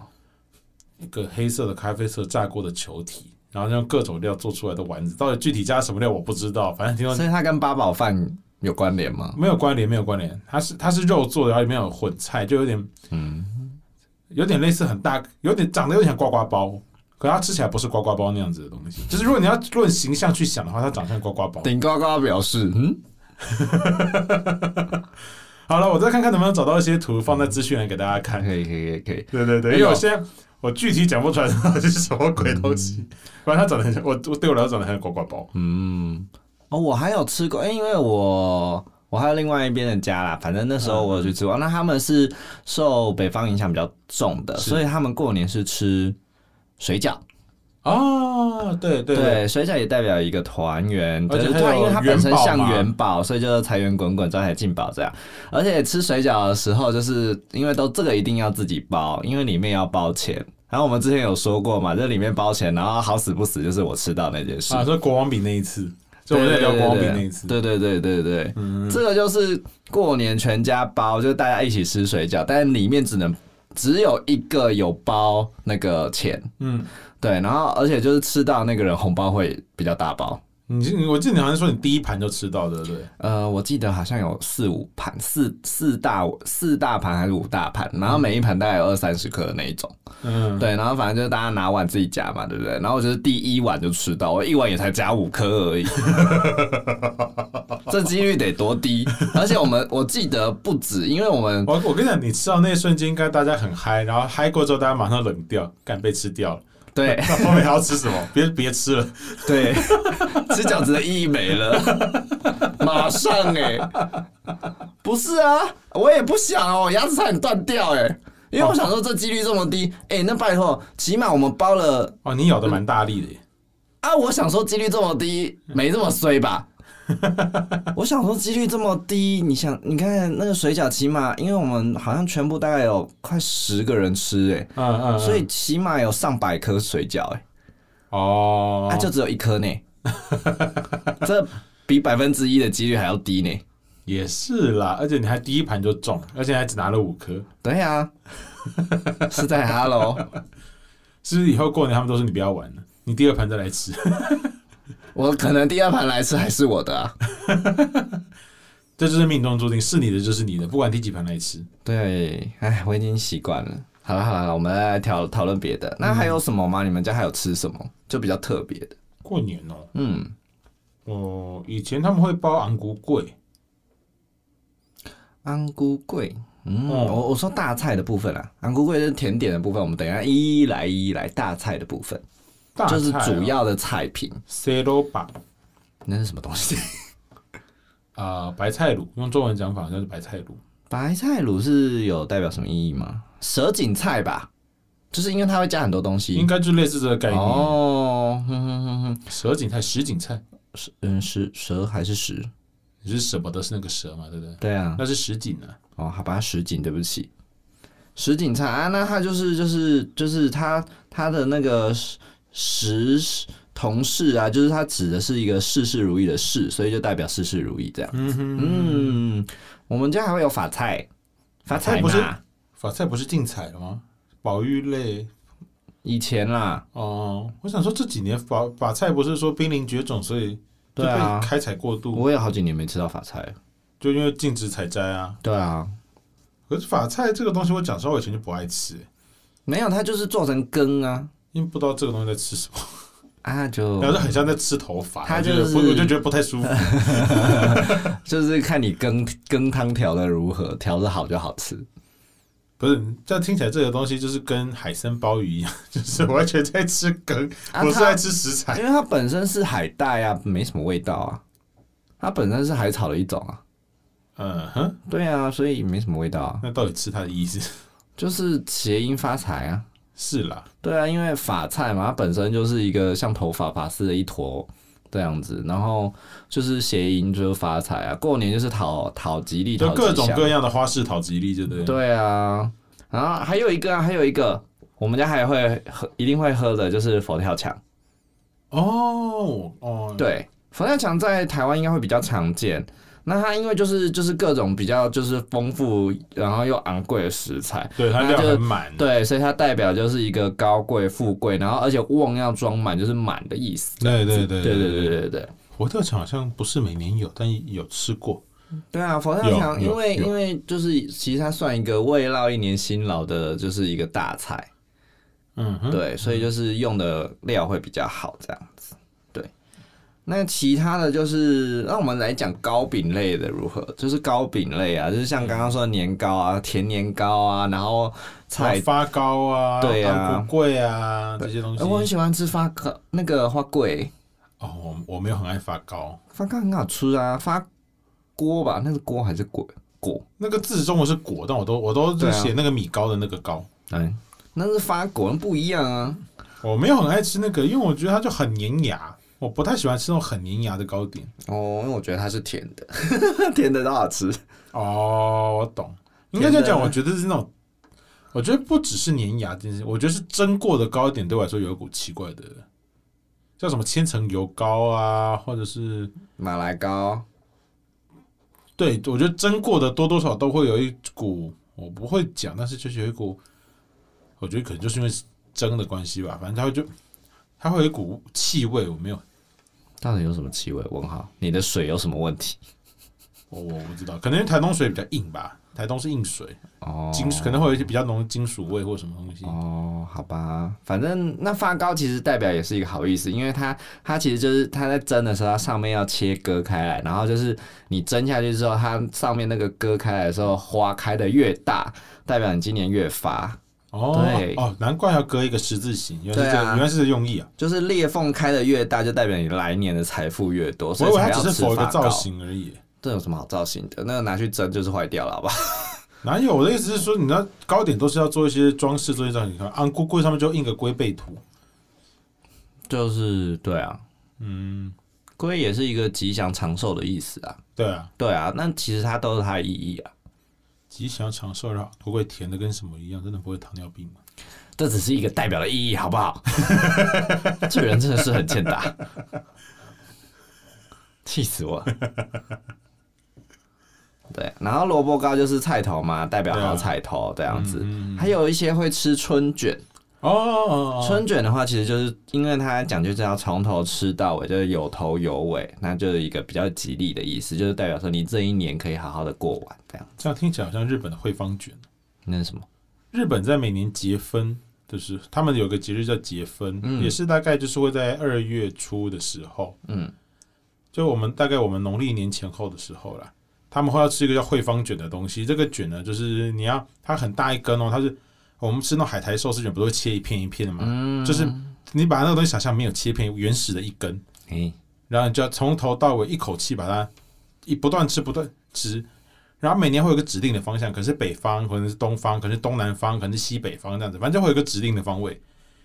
[SPEAKER 1] 一个黑色的咖啡色炸过的球体，然后用各种料做出来的丸子，到底具体加什么料我不知道，反正听说
[SPEAKER 2] 所以它跟八宝饭有关联吗？
[SPEAKER 1] 没有关联，没有关联，它是它是肉做的，然后里面有混菜，就有点
[SPEAKER 2] 嗯，
[SPEAKER 1] 有点类似很大，有点长得有点像呱呱包，可它吃起来不是呱呱包那样子的东西。就是如果你要论形象去想的话，它长得像呱呱包。
[SPEAKER 2] 顶呱呱表示，嗯，
[SPEAKER 1] 好了，我再看看能不能找到一些图放在资讯栏给大家看。
[SPEAKER 2] 嗯可以可以可以可以。
[SPEAKER 1] 对对对，因为我现在我具体讲不出来到底是什么鬼东西，反正它长得很像，我我对我来说长得很像呱呱包。
[SPEAKER 2] 嗯，哦，我还有吃过，诶因为我我还有另外一边的家啦，反正那时候我有去吃过。那他们是受北方影响比较重的，
[SPEAKER 1] 是
[SPEAKER 2] 所以他们过年是吃水饺，
[SPEAKER 1] 哦，对对对，
[SPEAKER 2] 水饺也代表一个团圆，
[SPEAKER 1] 而且
[SPEAKER 2] 对
[SPEAKER 1] 还
[SPEAKER 2] 对啊
[SPEAKER 1] 有
[SPEAKER 2] 因为它本身
[SPEAKER 1] 元宝
[SPEAKER 2] 像
[SPEAKER 1] 嘛
[SPEAKER 2] 元宝，所以就是财源滚滚，招财进宝这样。而且吃水饺的时候，就是因为都这个一定要自己包，因为里面要包钱。然后我们之前有说过嘛，这里面包钱，然后好死不死就是我吃到那件事。
[SPEAKER 1] 啊，说国王饼那一次，就
[SPEAKER 2] 对
[SPEAKER 1] 我们在聊
[SPEAKER 2] 对
[SPEAKER 1] 国王饼
[SPEAKER 2] 对
[SPEAKER 1] 那一次。
[SPEAKER 2] 对对对对对，
[SPEAKER 1] 嗯
[SPEAKER 2] 这个就是过年全家包，就大家一起吃水饺，但里面只能只有一个有包那个钱，
[SPEAKER 1] 嗯，
[SPEAKER 2] 对，然后而且就是吃到那个人红包会比较大包。
[SPEAKER 1] 你你我记得你好像说你第一盘就吃到的，对不对？
[SPEAKER 2] 呃，我记得好像有四五盘，四四大四大盘还是五大盘，然后每一盘大概有二三十颗的那一种。
[SPEAKER 1] 嗯，
[SPEAKER 2] 对，然后反正就是大家拿碗自己夹嘛，对不对？然后我就是第一碗就吃到，我一碗也才夹五颗而已，这几率得多低？而且我们我记得不止，因为我们
[SPEAKER 1] 我我跟你讲，你吃到那一瞬间，应该大家很嗨，然后嗨过之后，大家马上冷掉，干被吃掉了。
[SPEAKER 2] 对
[SPEAKER 1] 那后面还要吃什么？别别吃了，
[SPEAKER 2] 对 吃饺子的意义没了， 马上哎、不是啊，我也不想哦，我牙齿差点断掉哎、因为我想说这几率这么低，哎、那拜托，起码我们包了。
[SPEAKER 1] 哦，你咬的蛮大力的耶，
[SPEAKER 2] 啊，我想说几率这么低，没这么衰吧？我想说几率这么低，你想，你看那个水饺，起码因为我们好像全部大概有快十个人吃、欸，
[SPEAKER 1] 嗯嗯，
[SPEAKER 2] 所以起码有上百颗水饺、欸，
[SPEAKER 1] 哦，
[SPEAKER 2] 啊它、就只有一颗呢， 这比百分之一的几率还要低呢。
[SPEAKER 1] 也是啦，而且你还第一盘就
[SPEAKER 2] 啊
[SPEAKER 1] 中，而且还只拿了五颗。
[SPEAKER 2] 对呀、是在 Hello，
[SPEAKER 1] 是不是以后过年他们都说你不要玩了，你第二盘再来吃？
[SPEAKER 2] 我可能第二盘来吃还是我的啊。
[SPEAKER 1] 这就是命中注定，是你的就是你的，不管第几盘来吃。
[SPEAKER 2] 对，哎，我已经习惯了。好了好了，我们来讨讨论别的。那还有什么吗？你们家还有吃什么就比较特别的？
[SPEAKER 1] 过年哦、
[SPEAKER 2] 嗯，
[SPEAKER 1] 哦，以前他们会包昂古桂，
[SPEAKER 2] 安菇桂。嗯，
[SPEAKER 1] 哦
[SPEAKER 2] 我我说大菜的部分啦，安菇桂就是甜点的部分，我们等一下一一来一一来。大菜的部分、
[SPEAKER 1] 大啊
[SPEAKER 2] 就是主要的菜品，
[SPEAKER 1] c e l o b a
[SPEAKER 2] 那是什么东西？
[SPEAKER 1] 啊、白菜卤，用中文讲法好像是白菜卤。
[SPEAKER 2] 白菜卤是有代表什么意义吗？蛇颈菜吧，就是因为它会加很多东
[SPEAKER 1] 应
[SPEAKER 2] 西。
[SPEAKER 1] 该就类似这个概念。
[SPEAKER 2] 哦，哼哼哼哼，
[SPEAKER 1] 蛇锦菜、石锦菜，
[SPEAKER 2] 是嗯是蛇还是石？
[SPEAKER 1] 你是什么的？是那个蛇嘛，对不对？
[SPEAKER 2] 对啊，
[SPEAKER 1] 那是石锦啊。
[SPEAKER 2] 哦，好吧，实景，对不起，实景菜啊，那它就是就是就是它它的那个实同事啊，就是它指的是一个事事如意的事，所以就代表事事如意这样。
[SPEAKER 1] 嗯哼，
[SPEAKER 2] 嗯，我们家还会有法菜，法菜
[SPEAKER 1] 法菜不是
[SPEAKER 2] 嘛，
[SPEAKER 1] 法菜不是竞彩了吗？保育类
[SPEAKER 2] 以前啦，
[SPEAKER 1] 哦、我想说这几年法法菜不是说濒临绝种，所以就
[SPEAKER 2] 对啊
[SPEAKER 1] 被开采过度，
[SPEAKER 2] 我有好几年没吃到法菜了。
[SPEAKER 1] 就因为禁止采摘啊。
[SPEAKER 2] 对啊，
[SPEAKER 1] 可是法菜这个东西，我讲实话，我以前就不爱吃、
[SPEAKER 2] 没有，它就是做成羹啊
[SPEAKER 1] 因为不知道这个东西在吃什么，
[SPEAKER 2] 啊，就
[SPEAKER 1] 然后就很像在吃头发，
[SPEAKER 2] 它
[SPEAKER 1] 我
[SPEAKER 2] 就
[SPEAKER 1] 觉得
[SPEAKER 2] 是
[SPEAKER 1] 不哦我就觉得不太舒服。
[SPEAKER 2] 就是看你羹羹汤调的如何，调的好就好吃。
[SPEAKER 1] 不是，这样听起来这个东西就是跟海参鲍鱼一样，就是完全在吃梗，
[SPEAKER 2] 啊
[SPEAKER 1] 我是
[SPEAKER 2] 它
[SPEAKER 1] 在吃食材。
[SPEAKER 2] 因为它本身是海带啊，没什么味道啊。它本身是海草的一种啊，
[SPEAKER 1] 嗯哼，
[SPEAKER 2] 对啊，所以没什么味道啊，
[SPEAKER 1] 那到底吃它的意思
[SPEAKER 2] 就是谐音发财啊。
[SPEAKER 1] 是啦，
[SPEAKER 2] 对啊，因为法菜嘛，它本身就是一个像头发发丝的一坨这样子，然后就是谐音就是发财啊，过年就是讨讨吉利，
[SPEAKER 1] 就
[SPEAKER 2] 讨
[SPEAKER 1] 各
[SPEAKER 2] 吉
[SPEAKER 1] 种
[SPEAKER 2] 祥。啊
[SPEAKER 1] 各样的花式讨吉利，对不对？
[SPEAKER 2] 对啊，然后还有一个啊，还有一个，我们家还会喝，一定会喝的就是佛跳墙。
[SPEAKER 1] 哦哦，
[SPEAKER 2] 对，佛跳墙在台湾应该会比较常见。那它因为就是就是各种比较就是丰富，然后又昂贵的食材，
[SPEAKER 1] 对，它
[SPEAKER 2] 那
[SPEAKER 1] 料
[SPEAKER 2] 就
[SPEAKER 1] 很满。
[SPEAKER 2] 对，所以它代表就是一个高贵富贵，然后而且瓮要装满，就是满的意思。
[SPEAKER 1] 对对对
[SPEAKER 2] 对对对对对对。
[SPEAKER 1] 火特产好像不是每年有，但有吃过。
[SPEAKER 2] 对啊，佛跳墙，
[SPEAKER 1] 有
[SPEAKER 2] 因为
[SPEAKER 1] 有
[SPEAKER 2] 因为就是其实它算一个慰劳一年辛劳的，就是一个大菜，
[SPEAKER 1] 嗯哼，
[SPEAKER 2] 对，所以就是用的料会比较好，这样子。对，那其他的就是，那我们来讲糕饼类的如何？就是糕饼类啊，就是像刚刚说的年糕啊、甜年糕啊，然后菜。
[SPEAKER 1] 发糕啊，
[SPEAKER 2] 对啊
[SPEAKER 1] 啊，贵啊这些东西
[SPEAKER 2] 哎，。我很喜欢吃发糕，那个花桂，
[SPEAKER 1] 哦，我我没有很爱发糕，
[SPEAKER 2] 发糕很好吃啊，发锅吧，那是锅还是果果？
[SPEAKER 1] 那个字中文是果，但我都我都
[SPEAKER 2] 对
[SPEAKER 1] 就
[SPEAKER 2] 啊
[SPEAKER 1] 写那个米糕的那个糕。
[SPEAKER 2] 嗯，那是发果，那不一样啊。
[SPEAKER 1] 我没有很爱吃那个，因为我觉得它就很粘牙，我不太喜欢吃那种很粘牙的糕点。
[SPEAKER 2] 哦，因为我觉得它是甜的， 甜的都好吃。
[SPEAKER 1] 哦，我懂，应该
[SPEAKER 2] 甜
[SPEAKER 1] 这
[SPEAKER 2] 的
[SPEAKER 1] 样讲，我觉得是那种，我觉得不只是粘牙这件事，我觉得是蒸过的糕点对我来说有一股奇怪的，叫什么千层油糕啊，或者是
[SPEAKER 2] 马来糕，
[SPEAKER 1] 对我觉得蒸过的多多少少都会有一股，我不会讲，但是就是有一股，我觉得可能就是因为是蒸的关系吧，反正它会就它会有一股气味，我没有，
[SPEAKER 2] 到底有什么气味？问号，你的水有什么问题？
[SPEAKER 1] 我我不知道，可能因为台东水比较硬吧，台东是硬水，
[SPEAKER 2] 哦，
[SPEAKER 1] 金属可能会有一些比较浓的金属味或什么东西。
[SPEAKER 2] 哦，好吧，反正那发糕其实代表也是一个好意思，因为它它其实就是它在蒸的时候，它上面要切割开来，然后就是你蒸下去之后，它上面那个割开来的时候，花开的越大，代表你今年越发，
[SPEAKER 1] 哦
[SPEAKER 2] 对
[SPEAKER 1] 哦，难怪要割一个十字形，原来是
[SPEAKER 2] 对
[SPEAKER 1] 这
[SPEAKER 2] 啊
[SPEAKER 1] 个，原来是这个用意啊！
[SPEAKER 2] 就是裂缝开的越大，就代表你来年的财富越多，所
[SPEAKER 1] 我以
[SPEAKER 2] 以
[SPEAKER 1] 为它
[SPEAKER 2] 才要
[SPEAKER 1] 只是
[SPEAKER 2] 吃
[SPEAKER 1] 否一个
[SPEAKER 2] 发
[SPEAKER 1] 造
[SPEAKER 2] 糕。
[SPEAKER 1] 型而已。
[SPEAKER 2] 这有什么好造型的？那个拿去蒸就是坏掉了，好吧？
[SPEAKER 1] 哪有？我的意思是说，你那糕点都是要做一些装饰，做一些造型。你看，安菇柜上面就印个龟背图，
[SPEAKER 2] 就是对啊，
[SPEAKER 1] 嗯，
[SPEAKER 2] 龟也是一个吉祥长寿的意思啊。
[SPEAKER 1] 对啊，
[SPEAKER 2] 对啊，那其实它都是它的意义啊。
[SPEAKER 1] 吉祥长寿，然后不会甜的跟什么一样，真的不会糖尿病吗？
[SPEAKER 2] 这只是一个代表的意义，好不好？这人真的是很欠打，气死我了。对，然后萝卜糕就是菜头嘛，代表好菜头这样子。还有一些会吃春卷，
[SPEAKER 1] 哦哦哦哦，
[SPEAKER 2] 春卷的话，其实就是因为它讲究是要从头吃到尾，就是有头有尾，那就是一个比较吉利的意思，就是代表说你这一年可以好好的过完这样。
[SPEAKER 1] 这样听起来好像日本的惠方卷。
[SPEAKER 2] 那是什么？
[SPEAKER 1] 日本在每年结婚，就是他们有个节日叫结婚，
[SPEAKER 2] 嗯
[SPEAKER 1] 也是大概就是会在二月初的时候，
[SPEAKER 2] 嗯，
[SPEAKER 1] 就我们大概我们农历年前后的时候啦，他们会要吃一个叫惠方卷的东西。这个卷呢，就是你要它很大一根哦，它是我们吃那种海苔寿司卷，不是会切一片一片的吗？
[SPEAKER 2] 嗯
[SPEAKER 1] 就是你把那个东西想象没有切片，原始的一根，
[SPEAKER 2] 诶，
[SPEAKER 1] 然后你就要从头到尾一口气把它一不断吃不断吃，然后每年会有个指定的方向，可能是北方，可能是东方，可能是东南方，可能是西北方这样子，反正就会有一个指定的方位。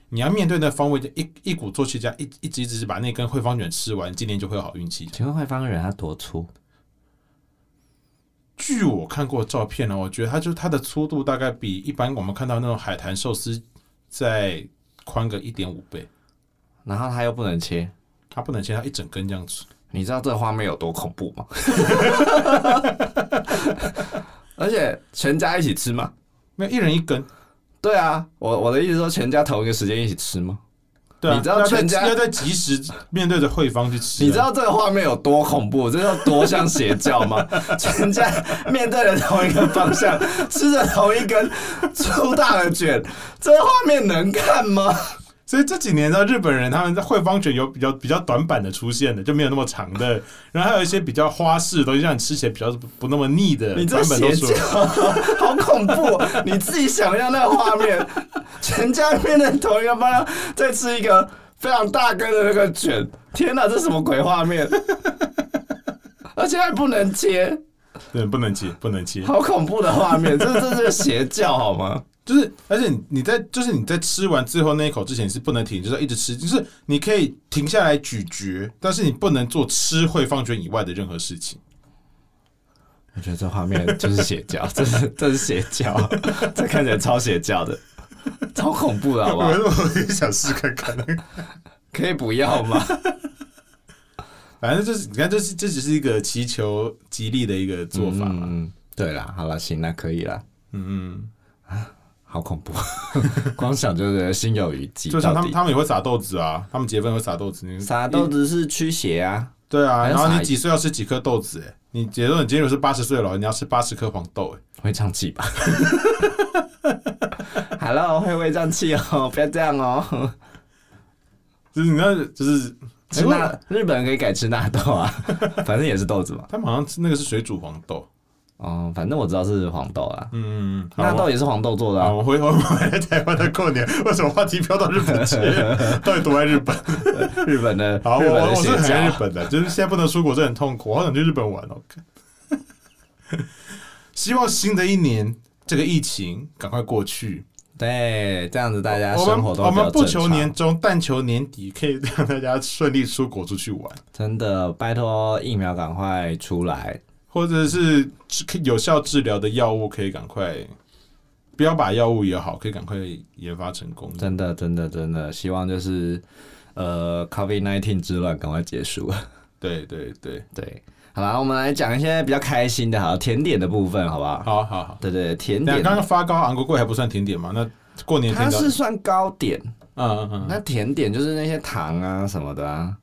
[SPEAKER 1] 你要面对那方位，就一一鼓作气这样一一直一直把那根惠方卷吃完，今年就会有好运气。
[SPEAKER 2] 请问惠方人他多粗？
[SPEAKER 1] 据我看过的照片呢，我觉得它就它的粗度大概比一般我们看到那种海苔寿司再宽个一点五倍，
[SPEAKER 2] 然后他又不能切，
[SPEAKER 1] 它不能切，它一整根这样子。
[SPEAKER 2] 你知道这画面有多恐怖吗？ 而且全家一起吃吗？
[SPEAKER 1] 没有一人一根，
[SPEAKER 2] 对啊，我我的意思说全家同一个时间一起吃吗？
[SPEAKER 1] 对啊，
[SPEAKER 2] 你知道
[SPEAKER 1] 要在
[SPEAKER 2] 全家
[SPEAKER 1] 要在及时面对着惠方去吃啊、
[SPEAKER 2] 你知道这个画面有多恐怖，这有多像邪教吗？全家面对着同一个方向，吃着同一根粗大的卷，这画面能看吗？
[SPEAKER 1] 所以这几年呢，日本人他们在惠方卷有比较比较短板的出现的，就没有那么长 的，然后还有一些比较花式的东西，让你吃起来比较不不那么腻的
[SPEAKER 2] 你这
[SPEAKER 1] 版本都
[SPEAKER 2] 邪
[SPEAKER 1] 出
[SPEAKER 2] 教
[SPEAKER 1] 来。，
[SPEAKER 2] 好恐怖！哦你自己想象那个画面，全家面对同一个方向，再吃一个非常大根的那个卷，天哪，这什么鬼画面？而且还不能切，
[SPEAKER 1] 对，嗯不能切，不能切，
[SPEAKER 2] 好恐怖的画面，这这是邪教好吗？
[SPEAKER 1] 就是而且你在就是你在吃完最后那一口之前是不能停，就是要一直吃，就是你可以停下来咀嚼，但是你不能做吃惠方卷以外的任何事情。
[SPEAKER 2] 我觉得这画面就是邪教，这是这是邪教，这看起来超邪教的，超恐怖的好不好？
[SPEAKER 1] 我我也想试看 看，
[SPEAKER 2] 可以不要吗？
[SPEAKER 1] 反正就是你看，这是这只是一个祈求吉利的一个做法嘛。
[SPEAKER 2] 嗯，对啦，好了，行啦，可以啦，啊
[SPEAKER 1] 嗯嗯，
[SPEAKER 2] 好恐怖， 光想就觉得心有余悸。
[SPEAKER 1] 就像他
[SPEAKER 2] 到
[SPEAKER 1] 们
[SPEAKER 2] 底
[SPEAKER 1] 他们也会撒豆子啊，他们结婚会撒豆子，你
[SPEAKER 2] 撒豆子是驱邪啊，
[SPEAKER 1] 对啊，
[SPEAKER 2] 还要
[SPEAKER 1] 然后
[SPEAKER 2] 撒
[SPEAKER 1] 你几岁要吃几颗豆子、欸？你假如你今天如果是八十岁的老人，你要吃八十颗黄豆、欸，
[SPEAKER 2] 会胀气吧 ？Hello，会胃胀气哦， 不要这样哦。
[SPEAKER 1] 就是你那，就是
[SPEAKER 2] 吃
[SPEAKER 1] 哎
[SPEAKER 2] 纳
[SPEAKER 1] 我
[SPEAKER 2] 日本人可以改吃纳豆啊， 反正也是豆子嘛。
[SPEAKER 1] 他们好像吃那个是水煮黄豆，
[SPEAKER 2] 哦，反正我知道是黄豆啊，
[SPEAKER 1] 嗯，嗯嗯
[SPEAKER 2] 纳
[SPEAKER 1] 好
[SPEAKER 2] 豆也是黄豆做的、啊
[SPEAKER 1] 啊，。我回我们回来台湾的过年，为什么话题飘到日 本去？到底多爱日本？
[SPEAKER 2] 日本的
[SPEAKER 1] 好，我
[SPEAKER 2] 日本
[SPEAKER 1] 我
[SPEAKER 2] 的
[SPEAKER 1] 我是很
[SPEAKER 2] 邪
[SPEAKER 1] 爱日
[SPEAKER 2] 教，
[SPEAKER 1] 本的，就是现在不能出国，真的很痛苦，我好想去日本玩哦。 希望新的一年这个疫情赶快过去，
[SPEAKER 2] 对，这样子大家
[SPEAKER 1] 我
[SPEAKER 2] 生活
[SPEAKER 1] 们
[SPEAKER 2] 都
[SPEAKER 1] 我
[SPEAKER 2] 比较
[SPEAKER 1] 们不
[SPEAKER 2] 正
[SPEAKER 1] 求
[SPEAKER 2] 常。
[SPEAKER 1] 年终，但求年底，可以让大家顺利出国出去玩。
[SPEAKER 2] 真的，拜托疫苗赶快出来。
[SPEAKER 1] 或者是治有效治疗的药物，可以赶快，不要把药物也好，可以赶快研发成功。
[SPEAKER 2] 真的，真的，真的，希望就是呃，COVID nineteen 之乱赶快结束。
[SPEAKER 1] 对对对，
[SPEAKER 2] 对，好啦，我们来讲一些比较开心的，好了，甜点的部分，好不好？
[SPEAKER 1] 好好好。
[SPEAKER 2] 对对，对甜
[SPEAKER 1] 那
[SPEAKER 2] 点
[SPEAKER 1] 刚刚发糕、昂贵贵还不算甜点嘛？那过年
[SPEAKER 2] 它
[SPEAKER 1] 甜到，
[SPEAKER 2] 是算糕点，
[SPEAKER 1] 嗯嗯嗯，
[SPEAKER 2] 那甜点就是那些糖啊什么的啊。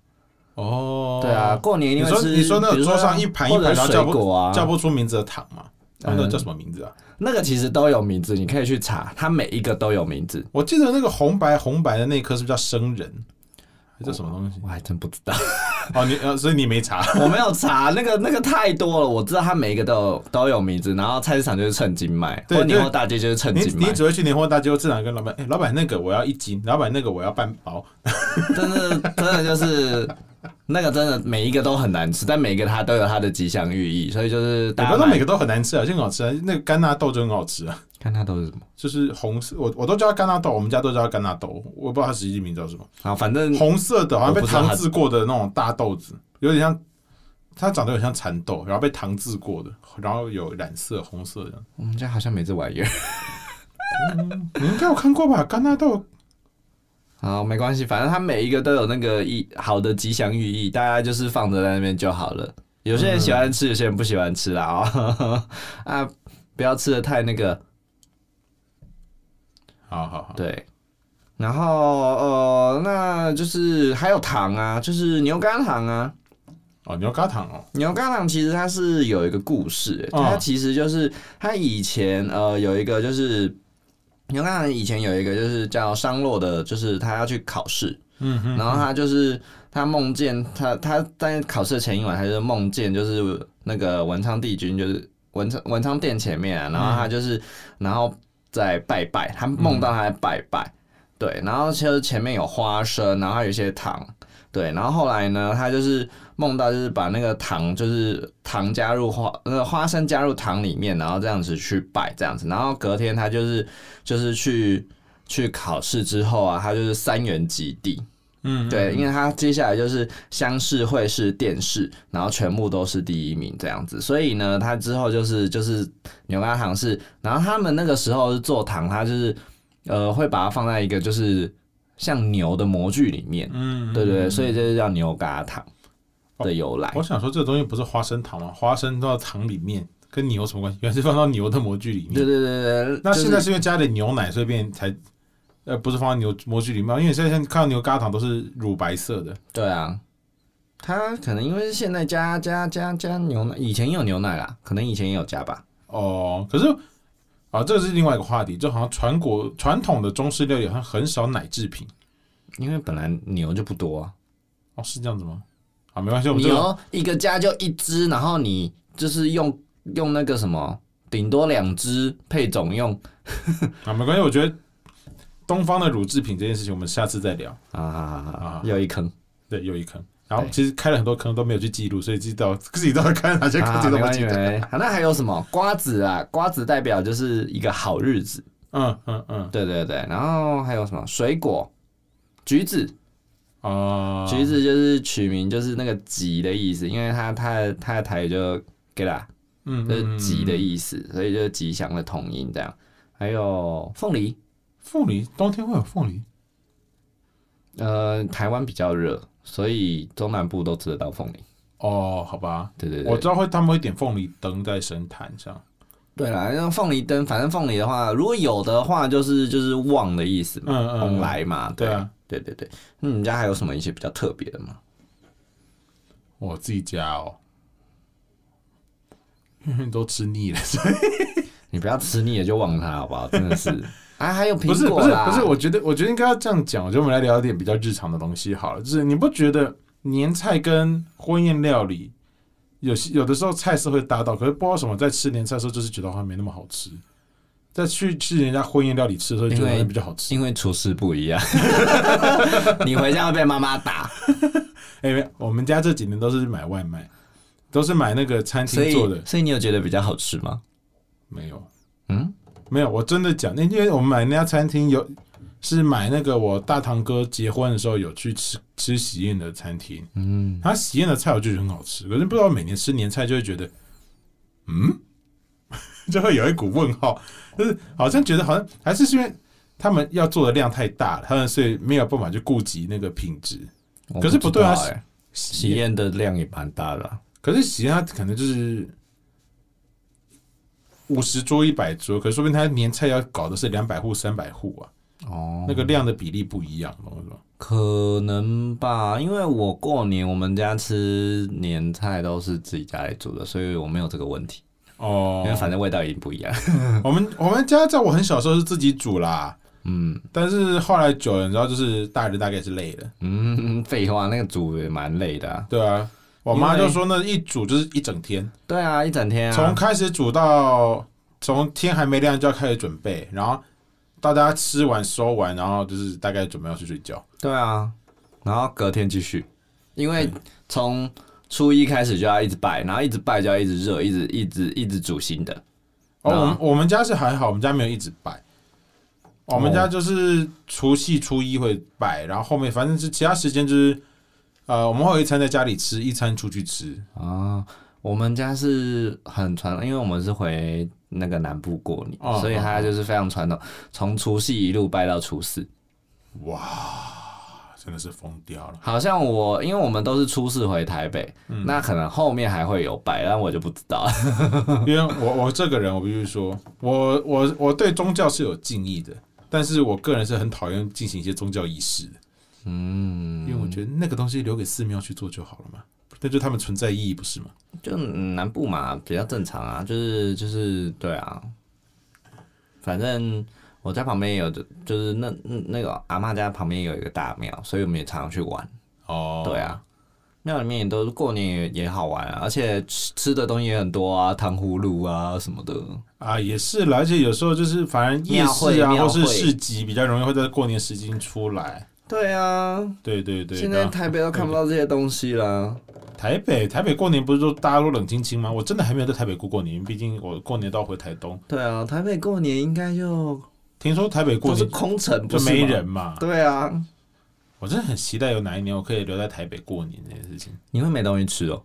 [SPEAKER 1] 哦，
[SPEAKER 2] 对啊，，过年一
[SPEAKER 1] 你
[SPEAKER 2] 定会
[SPEAKER 1] 说
[SPEAKER 2] 吃。
[SPEAKER 1] 你说那
[SPEAKER 2] 比
[SPEAKER 1] 个
[SPEAKER 2] 如
[SPEAKER 1] 桌上一盘一
[SPEAKER 2] 或者
[SPEAKER 1] 盘，然后
[SPEAKER 2] 水
[SPEAKER 1] 叫不
[SPEAKER 2] 果啊，嗯
[SPEAKER 1] 叫不出名字的糖嘛？那个叫什么名字啊？
[SPEAKER 2] 那个其实都有名字，你可以去查，它每一个都有名字。
[SPEAKER 1] 我记得那个红白红白的那颗是不是叫生人？还叫什么东西？
[SPEAKER 2] 我还真不知道，
[SPEAKER 1] 哦，你呃，所以你没查。
[SPEAKER 2] 我没有查那个那个太多了。我知道它每一个都有都有名字，然后菜市场就是称斤卖，
[SPEAKER 1] 对
[SPEAKER 2] 或年货
[SPEAKER 1] 对
[SPEAKER 2] 大街就是称
[SPEAKER 1] 你
[SPEAKER 2] 斤
[SPEAKER 1] 你
[SPEAKER 2] 卖，
[SPEAKER 1] 只会去年货大街，自然跟老板，哎、老板那个我要一斤，老板那个我要半包，
[SPEAKER 2] 真的真的就是那个真的每一个都很难吃，但每一个它都有它的吉祥寓意，所以就是
[SPEAKER 1] 也
[SPEAKER 2] 大
[SPEAKER 1] 不
[SPEAKER 2] 家
[SPEAKER 1] 要说
[SPEAKER 2] 买
[SPEAKER 1] 每个都很难吃啊，就很好吃啊。那个干纳豆就很好吃啊，
[SPEAKER 2] 看它都是什么，
[SPEAKER 1] 就是红色，我我都叫它干纳豆，我们家都叫它干纳豆，我不知道它实际名叫什么。
[SPEAKER 2] 然后反正
[SPEAKER 1] 红色的，好像被
[SPEAKER 2] 嗯我不知道它
[SPEAKER 1] 糖渍过的那种大豆子，有点像，它长得有点像蚕豆，然后被糖渍过的，然后有染色红色的。
[SPEAKER 2] 我们家好像没这玩意儿。
[SPEAKER 1] 你应该有看过吧？干纳豆
[SPEAKER 2] 好，没关系，反正它每一个都有那个意好的吉祥寓意，大家就是放着在那边就好了。有些人喜欢吃，有些人不喜欢吃啦哦。 啊，不要吃的太那个，
[SPEAKER 1] 好好好，
[SPEAKER 2] 对，然后呃，那就是还有糖啊，就是牛轧糖啊。
[SPEAKER 1] 哦，牛轧糖哦，
[SPEAKER 2] 牛轧糖其实它是有一个故事，
[SPEAKER 1] 嗯
[SPEAKER 2] 它其实就是它以前呃有一个就是牛轧糖以前有一个就是叫商洛的，就是他要去考试，
[SPEAKER 1] 嗯哼，
[SPEAKER 2] 然后他就是他梦见他他在考试的前一晚，他就梦见就是那个文昌帝君就是文昌文昌殿前面啊、然后他就是、然后在拜拜，他梦到他在拜拜，对，然后其实前面有花生，然后还有一些糖。对，然后后来呢，他就是梦到就是把那个糖，就是糖加入花，那个花生加入糖里面，然后这样子去拜这样子，然后隔天他就是就是去去考试之后啊，他就是三元及第，
[SPEAKER 1] 嗯，
[SPEAKER 2] 对，因为他接下来就是乡试、会试、殿试，然后全部都是第一名这样子，所以呢，他之后就是就是牛轧糖是，然后他们那个时候是做糖，他就是呃会把它放在一个就是像牛的模具里面，
[SPEAKER 1] 嗯，哦
[SPEAKER 2] 对对对，所以这就叫牛轧糖的由来。
[SPEAKER 1] 我想说这个东西不是花生糖吗？花生到糖里面跟牛有什么关系？原来是放到牛的模具里
[SPEAKER 2] 对
[SPEAKER 1] 面。
[SPEAKER 2] 对对对，
[SPEAKER 1] 那
[SPEAKER 2] 就是
[SPEAKER 1] 现在是因为加点牛奶，所以变才呃不是放到牛模具里面，因为你现在看到牛轧糖都是乳白色的。
[SPEAKER 2] 对啊，他可能因为是现在加加加加牛奶，以前也有牛奶啦，可能以前也有加吧。
[SPEAKER 1] 哦，可是啊，这是另外一个话题，就好像传国传统的中式料理好像很少奶制品
[SPEAKER 2] 因为本来牛就不多、啊，
[SPEAKER 1] 哦，是这样子吗？啊，没关系，我们这个
[SPEAKER 2] 牛哦一个家就一只，然后你就是用用那个什么，顶多两只配种用
[SPEAKER 1] 啊没关系，我觉得东方的乳制品这件事情，我们下次再聊。
[SPEAKER 2] 啊
[SPEAKER 1] 啊
[SPEAKER 2] 又一坑。
[SPEAKER 1] 对，又一坑，然后
[SPEAKER 2] 对
[SPEAKER 1] 其实开了很多坑都没有去记录，所以自己到自己到底开了哪些坑，
[SPEAKER 2] 啊
[SPEAKER 1] 自己都
[SPEAKER 2] 没
[SPEAKER 1] 不
[SPEAKER 2] 关
[SPEAKER 1] 记
[SPEAKER 2] 系，没
[SPEAKER 1] 得。
[SPEAKER 2] 关系啊那还有什么瓜子啊？瓜子代表就是一个好日子，
[SPEAKER 1] 嗯嗯嗯，
[SPEAKER 2] 对对对。然后还有什么水果？橘子，
[SPEAKER 1] 哦，
[SPEAKER 2] 橘子就是取名就是那个吉的意思，因为它它的它的台语就给啦，
[SPEAKER 1] 嗯，嗯
[SPEAKER 2] 就是吉的
[SPEAKER 1] 嗯
[SPEAKER 2] 意思，所以就是吉祥的同音这样。还有凤梨，
[SPEAKER 1] 凤梨，冬天会有凤梨
[SPEAKER 2] 呃，台湾比较热，所以中南部都吃得到凤梨。
[SPEAKER 1] 哦，好吧，
[SPEAKER 2] 对对
[SPEAKER 1] 我
[SPEAKER 2] 对，
[SPEAKER 1] 知道会他们会点凤梨灯在神坛上，
[SPEAKER 2] 对啦，那凤梨灯，反正凤梨的话，如果有的话，就是就是旺的意思嘛，
[SPEAKER 1] 嗯嗯
[SPEAKER 2] 旺
[SPEAKER 1] 嗯
[SPEAKER 2] 来嘛，
[SPEAKER 1] 对啊，
[SPEAKER 2] 对对对。那你们家还有什么一些比较特别的吗？
[SPEAKER 1] 我自己家哦， 因为都吃腻了，所以
[SPEAKER 2] 你不要吃腻了就忘它，好不好？真 的是啊，还有苹
[SPEAKER 1] 不是不
[SPEAKER 2] 果
[SPEAKER 1] 是
[SPEAKER 2] 啦，
[SPEAKER 1] 不是，我觉得我觉得应该要这样讲，我觉得我们来聊一点比较日常的东西好了，就是你不觉得年菜跟婚宴料理？有些有的时候菜色会搭到，可是不知道为什么，在吃年菜的时候就是觉得好像没那么好吃，在去吃人家婚宴料理吃的时候，觉得好像比较好吃。
[SPEAKER 2] 因为厨师不一样， 你回家会被妈 妈打，
[SPEAKER 1] 哎、没有我们家这几年都是买外卖，都是买那个餐
[SPEAKER 2] 所
[SPEAKER 1] 厅
[SPEAKER 2] 以
[SPEAKER 1] 做的。
[SPEAKER 2] 所以你有觉得比较好吃吗？
[SPEAKER 1] 没有，
[SPEAKER 2] 嗯，
[SPEAKER 1] 没有，我真的讲，那因为我们买那家餐厅有是买那个我大堂哥结婚的时候有去吃吃喜宴的餐厅，嗯，他喜宴的菜我就觉得很好吃，可是不知道每年吃年菜就会觉得，嗯， 就会有一股问号，就是好像觉得好像还是是因为他们要做的量太大了，他们所以没有办法去顾及那个品质。
[SPEAKER 2] 我
[SPEAKER 1] 可是不对啊
[SPEAKER 2] 知道欸
[SPEAKER 1] 喜
[SPEAKER 2] 喜宴的量也蛮大的啊、
[SPEAKER 1] 可是喜宴它可能就是五十桌、一百桌，可是说不定它年菜要搞的是两百户、三百户啊，
[SPEAKER 2] 哦，
[SPEAKER 1] 那个量的比例不一样，懂我说？
[SPEAKER 2] 可能吧，因为我过年我们家吃年菜都是自己家里煮的，所以我没有这个问题，因为
[SPEAKER 1] 哦，
[SPEAKER 2] 反正味道已经不一样。
[SPEAKER 1] 我们我们家在我很小时候是自己煮啦，
[SPEAKER 2] 嗯
[SPEAKER 1] 但是后来久了，你知道，就是大人大概也是累了，
[SPEAKER 2] 嗯，废话，那个煮也蛮累的、啊。
[SPEAKER 1] 对啊。我妈
[SPEAKER 2] 因
[SPEAKER 1] 就
[SPEAKER 2] 为
[SPEAKER 1] 说那一煮就是一整天，
[SPEAKER 2] 对啊，一整天
[SPEAKER 1] 从
[SPEAKER 2] 啊。
[SPEAKER 1] 开始煮到从天还没亮就要开始准备，然后大家吃完收完，然后就是大概准备要去睡觉。
[SPEAKER 2] 对啊，然后隔天继续，因为从初一开始就要一直拜，然后一直拜就要一直热，一直一直一直煮新的。
[SPEAKER 1] 哦，
[SPEAKER 2] 那啊
[SPEAKER 1] 我们我们家是还好，我们家没有一直拜。我们
[SPEAKER 2] 哦
[SPEAKER 1] 家就是除夕初一会拜，然后后面反正是其他时间就是，呃，我们会有一餐在家里吃，一餐出去吃。
[SPEAKER 2] 啊，我们家是很传统，因为我们是回那个南部过年，
[SPEAKER 1] 哦
[SPEAKER 2] 所以他就是非常传统，从除夕一路拜到初四。
[SPEAKER 1] 啊真的是疯掉 了。
[SPEAKER 2] 好像我，因为我们都是初四回台北，那可能后面还会有拜，但我就不知道了。
[SPEAKER 1] 因为我我这个人，我必须说，我我我对宗教是有敬意的，但是我个人是很讨厌进行一些宗教仪式的，因为
[SPEAKER 2] 嗯，
[SPEAKER 1] 我觉得那个东西留给寺庙去做就好了嘛，那就是他们存在意义不是吗？
[SPEAKER 2] 就南部嘛，比较正常啊，就是就是对啊，反正我家旁边有，就是那那个阿嬷家旁边有一个大庙，所以我们也常常去玩。
[SPEAKER 1] 哦，
[SPEAKER 2] 对，啊，庙里面也都过年也也好玩啊，而且吃吃的东西也很多啊，糖葫芦啊什么的。
[SPEAKER 1] 啊也是啦，而且有时候就是反正夜市啊
[SPEAKER 2] 庙会
[SPEAKER 1] 或
[SPEAKER 2] 庙会
[SPEAKER 1] 是市集比较容易会在过年时间出来，
[SPEAKER 2] 对啊，
[SPEAKER 1] 对对对，
[SPEAKER 2] 现
[SPEAKER 1] 然
[SPEAKER 2] 在
[SPEAKER 1] 后
[SPEAKER 2] 台北都看不到这些东西 啦。
[SPEAKER 1] 台北台北过年不是都大家都冷清清吗？我真的还没有在台北过过年，毕竟我过年都要回台东。
[SPEAKER 2] 对啊，台北过年应该就
[SPEAKER 1] 听说台北过
[SPEAKER 2] 都是
[SPEAKER 1] 年
[SPEAKER 2] 空城，不
[SPEAKER 1] 就是没
[SPEAKER 2] 吗。
[SPEAKER 1] 人嘛，
[SPEAKER 2] 对啊，
[SPEAKER 1] 我真的很期待有哪一年我可以留在台北过年这件事情。
[SPEAKER 2] 你会没东西吃哦、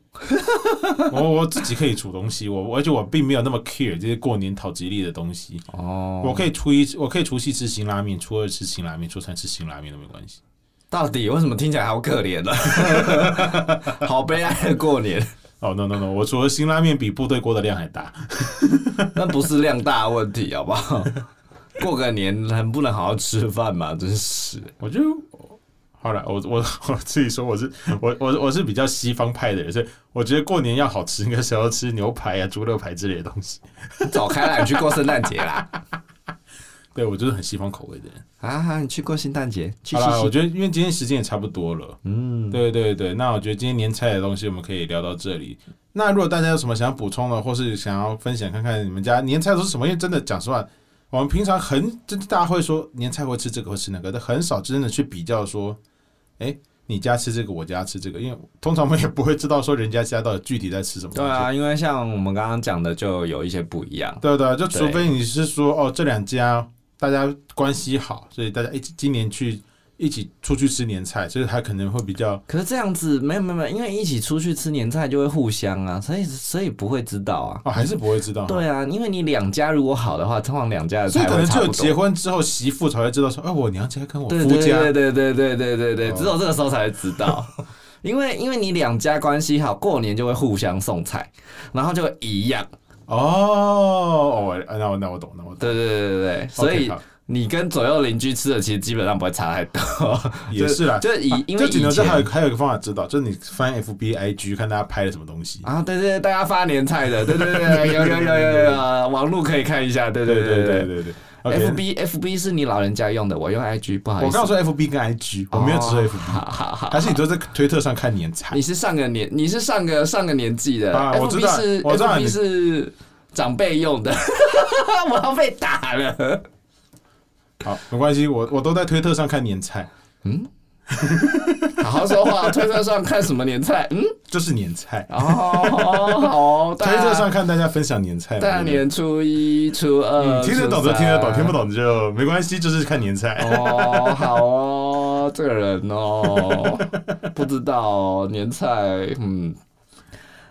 [SPEAKER 1] 我我自己可以煮东西，我而且我并没有那么 care 这些过年讨吉利的东西。
[SPEAKER 2] 哦，
[SPEAKER 1] 我可以初一我可以除夕吃辛拉面，初二吃辛拉面，初三吃辛拉面都没关系。
[SPEAKER 2] 到底为什么听起来好可怜呢、啊 好悲哀的过年，
[SPEAKER 1] 哦、no no no，我除了辛拉面比部队锅的量还大。
[SPEAKER 2] 那不是量大的问题，好不好？过个年能不能好好吃饭嘛？真是，
[SPEAKER 1] 我就好了，我 我我自己说我是我我我是比较西方派的人，所以我觉得过年要好吃，应该是要吃牛排啊、猪肉排之类的东西。
[SPEAKER 2] 走开啦，你去过圣诞节啦！
[SPEAKER 1] 对我就是很西方口味的人。
[SPEAKER 2] 啊，你去过圣诞节？去
[SPEAKER 1] 好
[SPEAKER 2] 去
[SPEAKER 1] 了，我
[SPEAKER 2] 去，
[SPEAKER 1] 觉得因为今天时间也差不多了。
[SPEAKER 2] 嗯，
[SPEAKER 1] 对对对，那我觉得今天年菜的东西我们可以聊到这里。那如果大家有什么想要补充的，或是想要分享看看你们家年菜都是什么，因为真的讲实话，我们平常很真大家会说年菜会吃这个会吃那个，但很少真的去比较说，哎，你家吃这个，我家吃这个，因为通常我们也不会知道说人家家到底具体在吃什么东
[SPEAKER 2] 对
[SPEAKER 1] 西。
[SPEAKER 2] 啊，因为像我们刚刚讲的，就有一些不一样。
[SPEAKER 1] 对对，就
[SPEAKER 2] 对
[SPEAKER 1] 除非你是说哦，这两家大家关系好，所以大家一起今年去一起出去吃年菜，所以他可能会比较
[SPEAKER 2] 可是这样子没有没有没有，因为一起出去吃年菜就会互相啊，所以所以不会知道啊。
[SPEAKER 1] 哦，还是不会知道。
[SPEAKER 2] 对啊，因为你两家如果好的话，通常两家的
[SPEAKER 1] 所以
[SPEAKER 2] 菜
[SPEAKER 1] 可
[SPEAKER 2] 会
[SPEAKER 1] 能只
[SPEAKER 2] 差
[SPEAKER 1] 有
[SPEAKER 2] 不
[SPEAKER 1] 结
[SPEAKER 2] 多。
[SPEAKER 1] 婚之后，媳妇才会知道说，哎、我娘家跟我
[SPEAKER 2] 对
[SPEAKER 1] 夫
[SPEAKER 2] 对
[SPEAKER 1] 家
[SPEAKER 2] 对对对对对对对，
[SPEAKER 1] 哦
[SPEAKER 2] 只有这个时候才会知道，因为因为你两家关系好，过年就会互相送菜，然后就会一样。
[SPEAKER 1] 哦哦，我啊那我那我懂，那我懂。
[SPEAKER 2] 对对对对对，所
[SPEAKER 1] OK，
[SPEAKER 2] 以
[SPEAKER 1] 好
[SPEAKER 2] 你跟左右邻居吃的其实基本上不会差太多，
[SPEAKER 1] 也是啦，
[SPEAKER 2] 就是以
[SPEAKER 1] 啊
[SPEAKER 2] 因为
[SPEAKER 1] 这只
[SPEAKER 2] 以
[SPEAKER 1] 能这还
[SPEAKER 2] 前
[SPEAKER 1] 有还有一个方法知道，就是你翻 F B I G 看大家拍了什么东西。
[SPEAKER 2] 啊，对对，对大家发年菜的，对对对，对有有有有有，网络可以看一下，对对
[SPEAKER 1] 对
[SPEAKER 2] 对
[SPEAKER 1] 对对
[SPEAKER 2] 对
[SPEAKER 1] 对。
[SPEAKER 2] ，F
[SPEAKER 1] OK，
[SPEAKER 2] B F B 是你老人家用的，我用 I G，不啊好意
[SPEAKER 1] 我
[SPEAKER 2] 思，
[SPEAKER 1] 刚刚说 F B 跟 I G，我没有只说 F B，
[SPEAKER 2] 好好好，
[SPEAKER 1] 还是你都在推特上看年菜
[SPEAKER 2] 你？是上个年，你是上个上个年纪的、
[SPEAKER 1] 啊
[SPEAKER 2] f
[SPEAKER 1] 我
[SPEAKER 2] b
[SPEAKER 1] 知道
[SPEAKER 2] 是
[SPEAKER 1] 我知道
[SPEAKER 2] f
[SPEAKER 1] 你
[SPEAKER 2] b 是长辈用的， 我要被 打了。
[SPEAKER 1] 好，没关系，我我都在推特上看年菜，
[SPEAKER 2] 好好说话，推特上看什么年菜？嗯，
[SPEAKER 1] 就是年菜。
[SPEAKER 2] 哦，好哦，
[SPEAKER 1] 推特上看大家分享年菜嘛，
[SPEAKER 2] 大大
[SPEAKER 1] 对不啊对
[SPEAKER 2] 年初一、初二，
[SPEAKER 1] 嗯听得懂
[SPEAKER 2] 初
[SPEAKER 1] 就
[SPEAKER 2] 三
[SPEAKER 1] 听得懂，听不。懂就没关系，就是看年菜。
[SPEAKER 2] 哦，好哦，这个人哦，不知道哦年菜，嗯。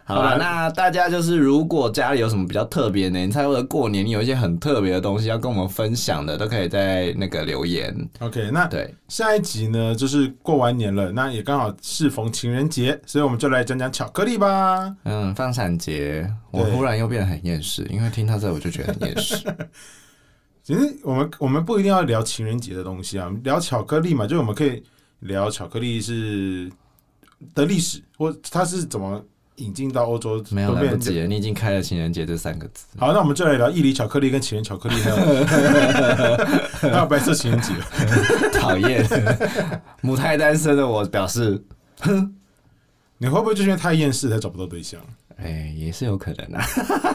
[SPEAKER 2] 好
[SPEAKER 1] 好啦
[SPEAKER 2] 了，那大家就是如果家里有什么比较特别的年菜，或者过年你有一些很特别的东西要跟我们分享的，都可以在那个留言。
[SPEAKER 1] OK，那
[SPEAKER 2] 对，
[SPEAKER 1] 下一集呢，就是过完年了，那也刚好适逢情人节，所以我们就来讲讲巧克力吧。
[SPEAKER 2] 嗯，放闪节，我
[SPEAKER 1] 对
[SPEAKER 2] 忽然又变得很厌世，因为听到这我就觉得很厌世。
[SPEAKER 1] 其实我们我们不一定要聊情人节的东西啊，聊巧克力嘛，就我们可以聊巧克力是的历史，或它是怎么引进到欧洲，
[SPEAKER 2] 没有
[SPEAKER 1] 都
[SPEAKER 2] 来
[SPEAKER 1] 变
[SPEAKER 2] 不及了，你已经开了情人节这三个字。
[SPEAKER 1] 好，那我们就来聊意梨巧克力跟情人巧克力，还有还有白色情人节。
[SPEAKER 2] 讨厌，母胎单身的我表示，
[SPEAKER 1] 你会不会就因为太厌世才找不到对象？
[SPEAKER 2] 哎、也是有可能啊。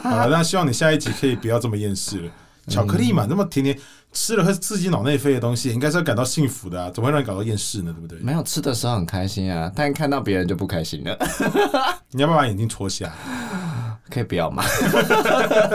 [SPEAKER 1] 好了，那希望你下一集可以不要这么厌世了。巧克力嘛，那么甜甜，吃了会刺激脑内啡的东西，应该是要感到幸福的啊，怎么会让你感到厌世呢？对不对？
[SPEAKER 2] 没有吃的时候很开心啊，但看到别人就不开心了，
[SPEAKER 1] 你要不要把眼睛戳瞎？
[SPEAKER 2] 可以不要吗？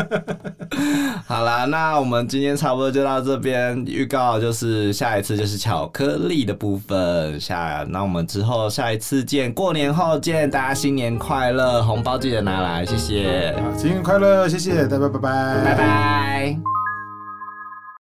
[SPEAKER 2] 好啦，那我们今天差不多就到这边。预告就是下一次就是巧克力的部分，下那我们之后下一次见，过年后见，大家新年快乐，红包记得拿来，谢谢，
[SPEAKER 1] 啊，新年快乐，谢谢，大家拜拜，
[SPEAKER 2] 拜拜。